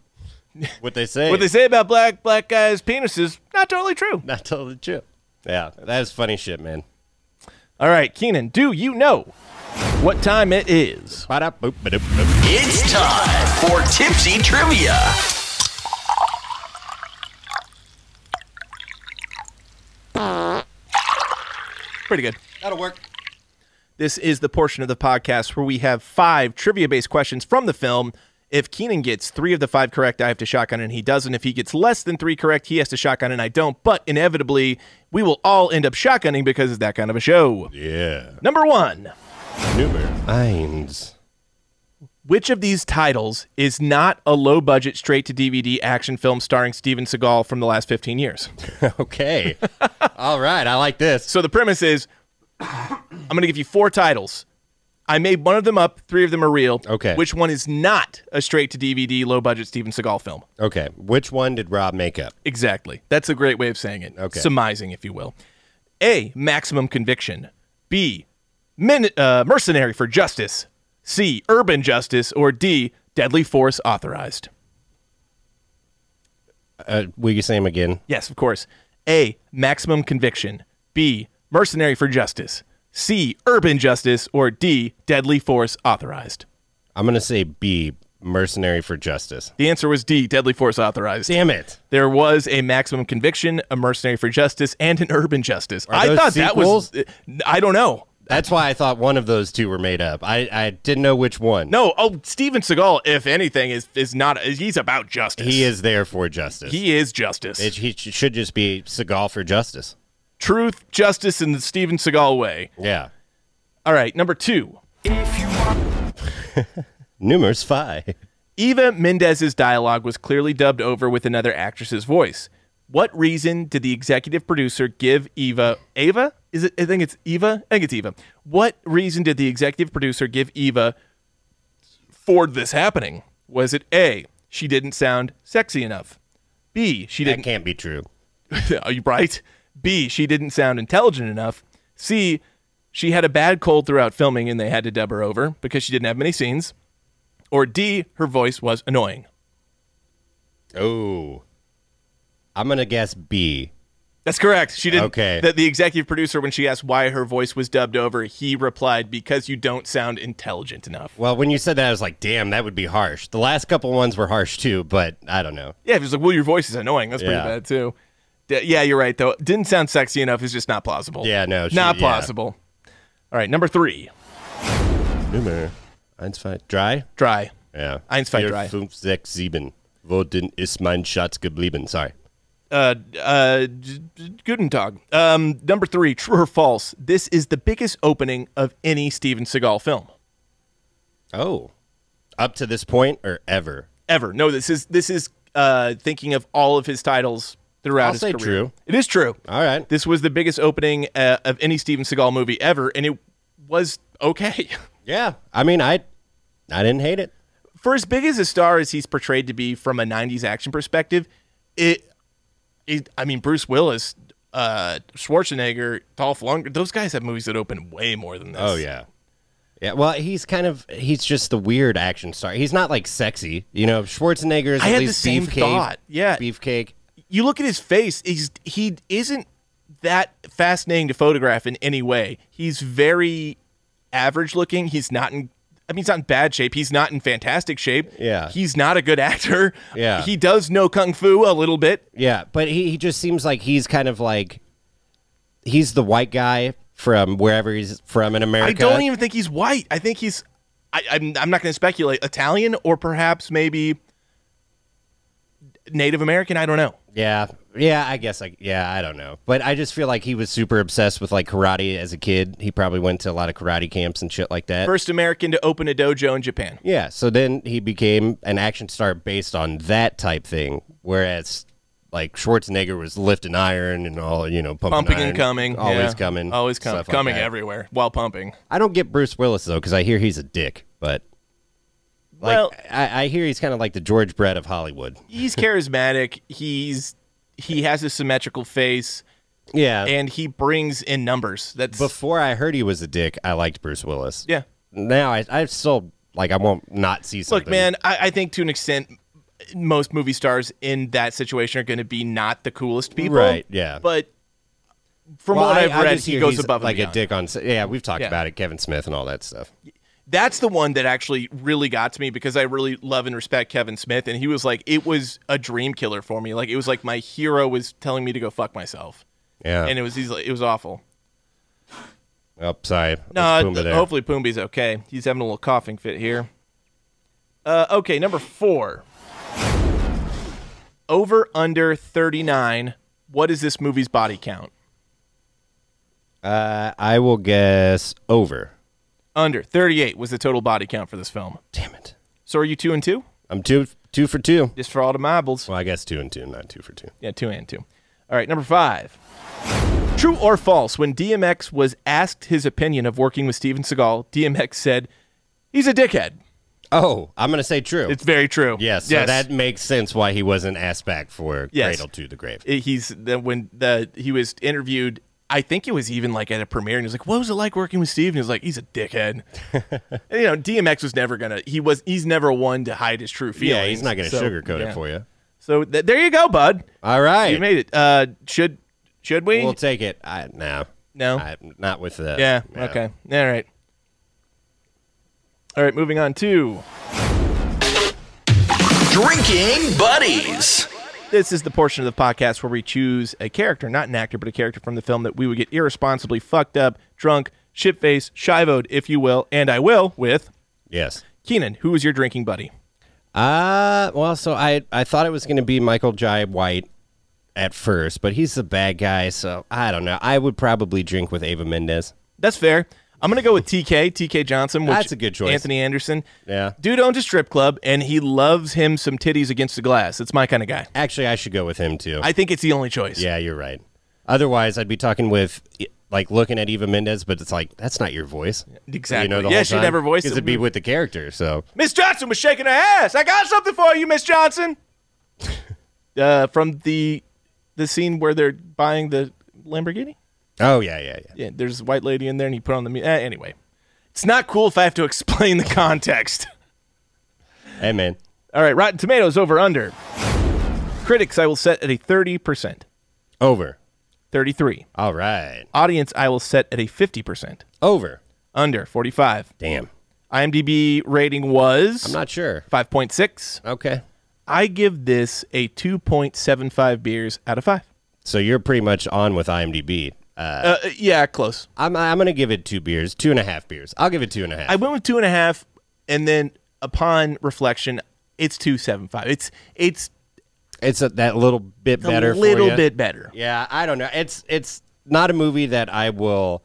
what they say.
What they say about black black guys' penises not totally true.
<laughs> Not totally true. Yeah, that is funny shit, man.
All right, Keenan, do you know what time it is?
Ba-da-boop, ba-doop-boop.
It's time for Tipsy Trivia.
Pretty good. That'll work. This is the portion of the podcast where we have five trivia based questions from the film. If Keenan gets three of the five correct, I have to shotgun and he doesn't. If he gets less than three correct, he has to shotgun and I don't. But inevitably, we will all end up shotgunning because it's that kind of a show.
Yeah.
Number one
Number eins.
Which of these titles is not a low budget, straight to DVD action film starring Steven Seagal from the last 15 years? <laughs>
Okay. All right, I like this.
So the premise is I'm going to give you four titles. I made one of them up, three of them are real.
Okay.
Which one is not a straight to DVD, low budget Steven Seagal film?
Okay, which one did Rob make up?
Exactly. That's a great way of saying it.
Okay.
Surmising, if you will. A. Maximum conviction. B. Min- uh, mercenary for justice. C. Urban justice. Or D. Deadly force authorized.
Uh, will you say him again?
Yes, of course. A. Maximum conviction. B. Mercenary for justice. C. Urban justice. Or D. Deadly force authorized.
I'm gonna say B, mercenary for justice.
The answer was D. Deadly force authorized.
Damn it!
There was a maximum conviction, a mercenary for justice, and an urban justice. I
those
thought that was. uh,
sequels?
I don't know.
That's why I thought one of those two were made up. I, I didn't know which one.
No. Oh, Steven Seagal, if anything, is is not. He's about justice.
he is there for justice.
He is justice.
it, he sh- should just be Seagal for justice.
Truth, justice, in the Steven Seagal way.
Yeah,
All right. Number two.
If you want,
numerous fi.
Eva Mendez's dialogue was clearly dubbed over with another actress's voice. What reason did the executive producer give Eva Ava? Is it I think it's Eva? I think it's Eva. What reason did the executive producer give Eva for this happening? Was it A, she didn't sound sexy enough? B, she
<laughs> That
didn't
can't be true.
<laughs> Are you right? B, she didn't sound intelligent enough. C, she had a bad cold throughout filming and they had to dub her over because she didn't have many scenes. Or D, her voice was annoying.
Oh, I'm gonna guess B.
That's correct. She didn't.
Okay.
That the executive producer, when she asked why her voice was dubbed over, he replied, "Because you don't sound intelligent enough."
Well, when you said that, I was like, damn, that would be harsh. The last couple ones were harsh too, but I don't know.
Yeah, if it's like, "Well, your voice is annoying," that's pretty
Yeah.
bad too. D- yeah, you're right though. Didn't sound sexy enough is just not plausible.
Yeah, no, she-
not
yeah.
plausible. All right, number three,
Nummer eins fi dry.
dry.
Yeah,
Eins, zwei,
Vier,
drei.
Fünf, sechs, sieben. Wo denn ist mein Schatz geblieben? Sorry.
Uh, uh, d- d- Guten Tag. Um, number three, true or false? This is the biggest opening of any Steven Seagal film.
Oh, up to this point or ever?
ever. No, this is this is uh, thinking of all of his titles throughout
I'll
his
say
career.
true.
It is true.
All right.
This was the biggest opening uh, of any Steven Seagal movie ever, and it was okay. <laughs>
Yeah, I mean, I, I didn't hate it.
For as big as a star as he's portrayed to be from a '90s action perspective, it, it I mean, Bruce Willis, uh, Schwarzenegger, Dolph Lundgren, those guys have movies that open way more than this.
Oh yeah, yeah. Well, he's kind of he's just the weird action star. He's not like sexy, you know. Schwarzenegger is
I
at
had the
least
same
beefcake.
thought. Yeah.
beefcake.
you look at his face he's he isn't that fascinating to photograph in any way he's very average looking he's not in I mean, he's not in bad shape. He's not in fantastic shape.
Yeah.
He's not a good actor.
Yeah.
He does know kung fu a little bit.
Yeah, but he he just seems like he's kind of like he's the white guy from wherever he's from in America.
I don't even think he's white. I think he's. I, I'm. I'm not going to speculate. Italian or perhaps maybe Native American. I don't know.
Yeah. Yeah, I guess like yeah, I don't know. But I just feel like he was super obsessed with like karate as a kid. He probably went to a lot of karate camps and shit like that.
First American to open a dojo in Japan.
yeah, so then he became an action star based on that type thing whereas like Schwarzenegger was lifting iron and all, you know, pumping,
Pumping
iron,
and coming.
always
yeah.
coming,
Always coming.
stuff like
coming
that.
everywhere while pumping.
I don't get Bruce Willis though because I hear he's a dick, but like
Well-
I, I hear he's kind of like the George Brett of Hollywood.
He's charismatic. He's he has a symmetrical face
Yeah,
and he brings in numbers. That's
before I heard he was a dick, I liked Bruce Willis.
yeah.
Now I, I still like I won't not see something.
Look, man, I, I think to an extent, most movie stars in that situation are going to be not the coolest people.
Right, yeah.
But from
Well,
what
I,
have
I
read,
just
he
hear
goes
he's
above
like
and beyond.
a dick on. s- Yeah, we've talked
Yeah.
about it, Kevin Smith and all that stuff.
That's the one that actually really got to me because I really love and respect Kevin Smith, and he was like, it was a dream killer for me. Like it was like my hero was telling me to go fuck myself,
Yeah.
and it was he's like, it was awful.
oh, sorry.
No,
That's
uh,
Pumbaa there.
hopefully Pumbaa's okay. He's having a little coughing fit here. Uh, okay, number four. Over under 39. What is this movie's body count?
Uh, I will guess over.
Under 38 was the total body count for this film.
Damn it!
So are you two and two?
I'm two two for two.
Just for all the marbles.
Well, I guess two and two, not two for two.
Yeah, two and two. All right, number five. True or false? When DMX was asked his opinion of working with Steven Seagal, DMX said, "He's a dickhead."
Oh, I'm gonna say true.
It's very true.
yes. So that makes sense why he wasn't asked back for
Yes.
Cradle to the Grave.
it- he's the, when the he was interviewed. I think it was even like at a premiere, and he was like, "What was it like working with Steve?" And he was like, "He's a dickhead."
<laughs>
and, you know, DMX was never gonna. He was. He's never one to hide his true feelings.
Yeah, he's not gonna
So,
sugarcoat
yeah.
it for you.
So th- there you go, bud.
All right.
You made it. Uh, should should we?
We'll take it. I, no.
No?
I, not with the.
yeah.
no.
Okay. All right. All right. Moving on to
Drinking buddies.
This is the portion of the podcast where we choose a character, not an actor, but a character from the film that we would get irresponsibly fucked up, drunk, shit faced, shivoed, if you will, and I will with
Yes.
Keenan, who is your drinking buddy?
Uh, well, so I I thought it was going to be Michael Jai White at first, but he's the bad guy, so I don't know. I would probably drink with Ava Mendez.
That's fair. I'm gonna go with TK, TK Johnson. Which
That's a good choice.
Anthony Anderson.
Yeah.
Dude owns a strip club and he loves him some titties against the glass. It's my kind of guy.
Actually, I should go with him too.
I think it's the only choice.
yeah, you're right. Otherwise, I'd be talking with like looking at Eva Mendez, but it's like that's not your voice.
exactly.
You know, the
Yeah,
whole
she'd never voiced
it.
it.
It'd be with the character. So
Miss Johnson was shaking her ass. I got something for you, Miss Johnson. <laughs> uh, from the the scene where they're buying the Lamborghini.
oh yeah, yeah, yeah.
Yeah, there's a white lady in there, and he put on the mu- eh, anyway. It's not cool if I have to <laughs> explain the context.
Hey man,
All right, Rotten Tomatoes over under. Critics, I will set at a thirty percent,
over.
thirty three.
All right,
Audience, I will set at a fifty percent,
over.
under forty five.
Damn,
IMDb rating was
I'm not sure.
five point six.
Okay,
I give this a two point seven five beers out of five.
so you're pretty much on with IMDb.
Uh, yeah, close.
I'm I'm gonna give it two beers, two and a half beers. I'll give it two and a half.
I went with two and a half, and then upon reflection, it's two seven five. It's it's
It's a, that little bit
a
better. for
little
ya.
bit better.
Yeah, I don't know. It's it's not a movie that I will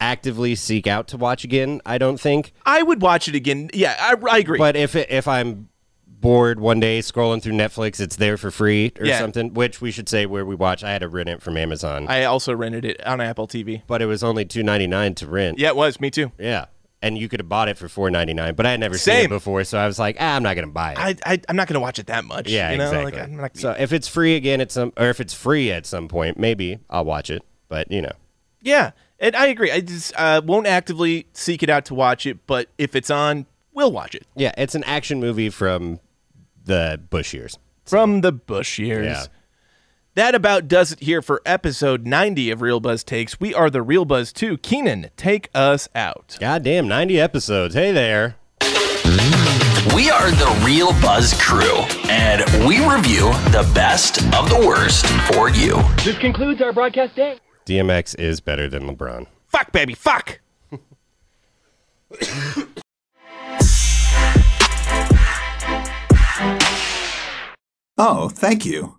actively seek out to watch again. I don't think.
I would watch it again. Yeah, I, I agree.
But if it, if I'm bored one day scrolling through Netflix, it's there for free or
Yeah.
something. Which we should say where we watch. I had to rent it from Amazon,
I also rented it on Apple TV.
but it was only two ninety nine to rent.
Yeah, it was me too.
Yeah. And you could have bought it for four ninety nine, but I had never seen
Same.
it before, so I was like, ah, I'm not gonna buy it.
I, I I'm not gonna watch it that much.
Yeah,
you know?
exactly.
Like, I'm not,
so if it's free again at some, or if it's free at some point, maybe I'll watch it. But you know,
yeah, and I agree. I just uh, won't actively seek it out to watch it, but if it's on, we'll watch it.
yeah, it's an action movie from the Bush years.
From the Bush years.
Yeah.
That about does it here for episode 90 of Real Buzz Takes. We are the Real Buzz 2. Keenan, take us out.
Goddamn, ninety episodes. Hey there.
We are the Real Buzz crew, and we review the best of the worst for you.
DMX is better than LeBron.
Fuck, baby, fuck.
Oh, thank you.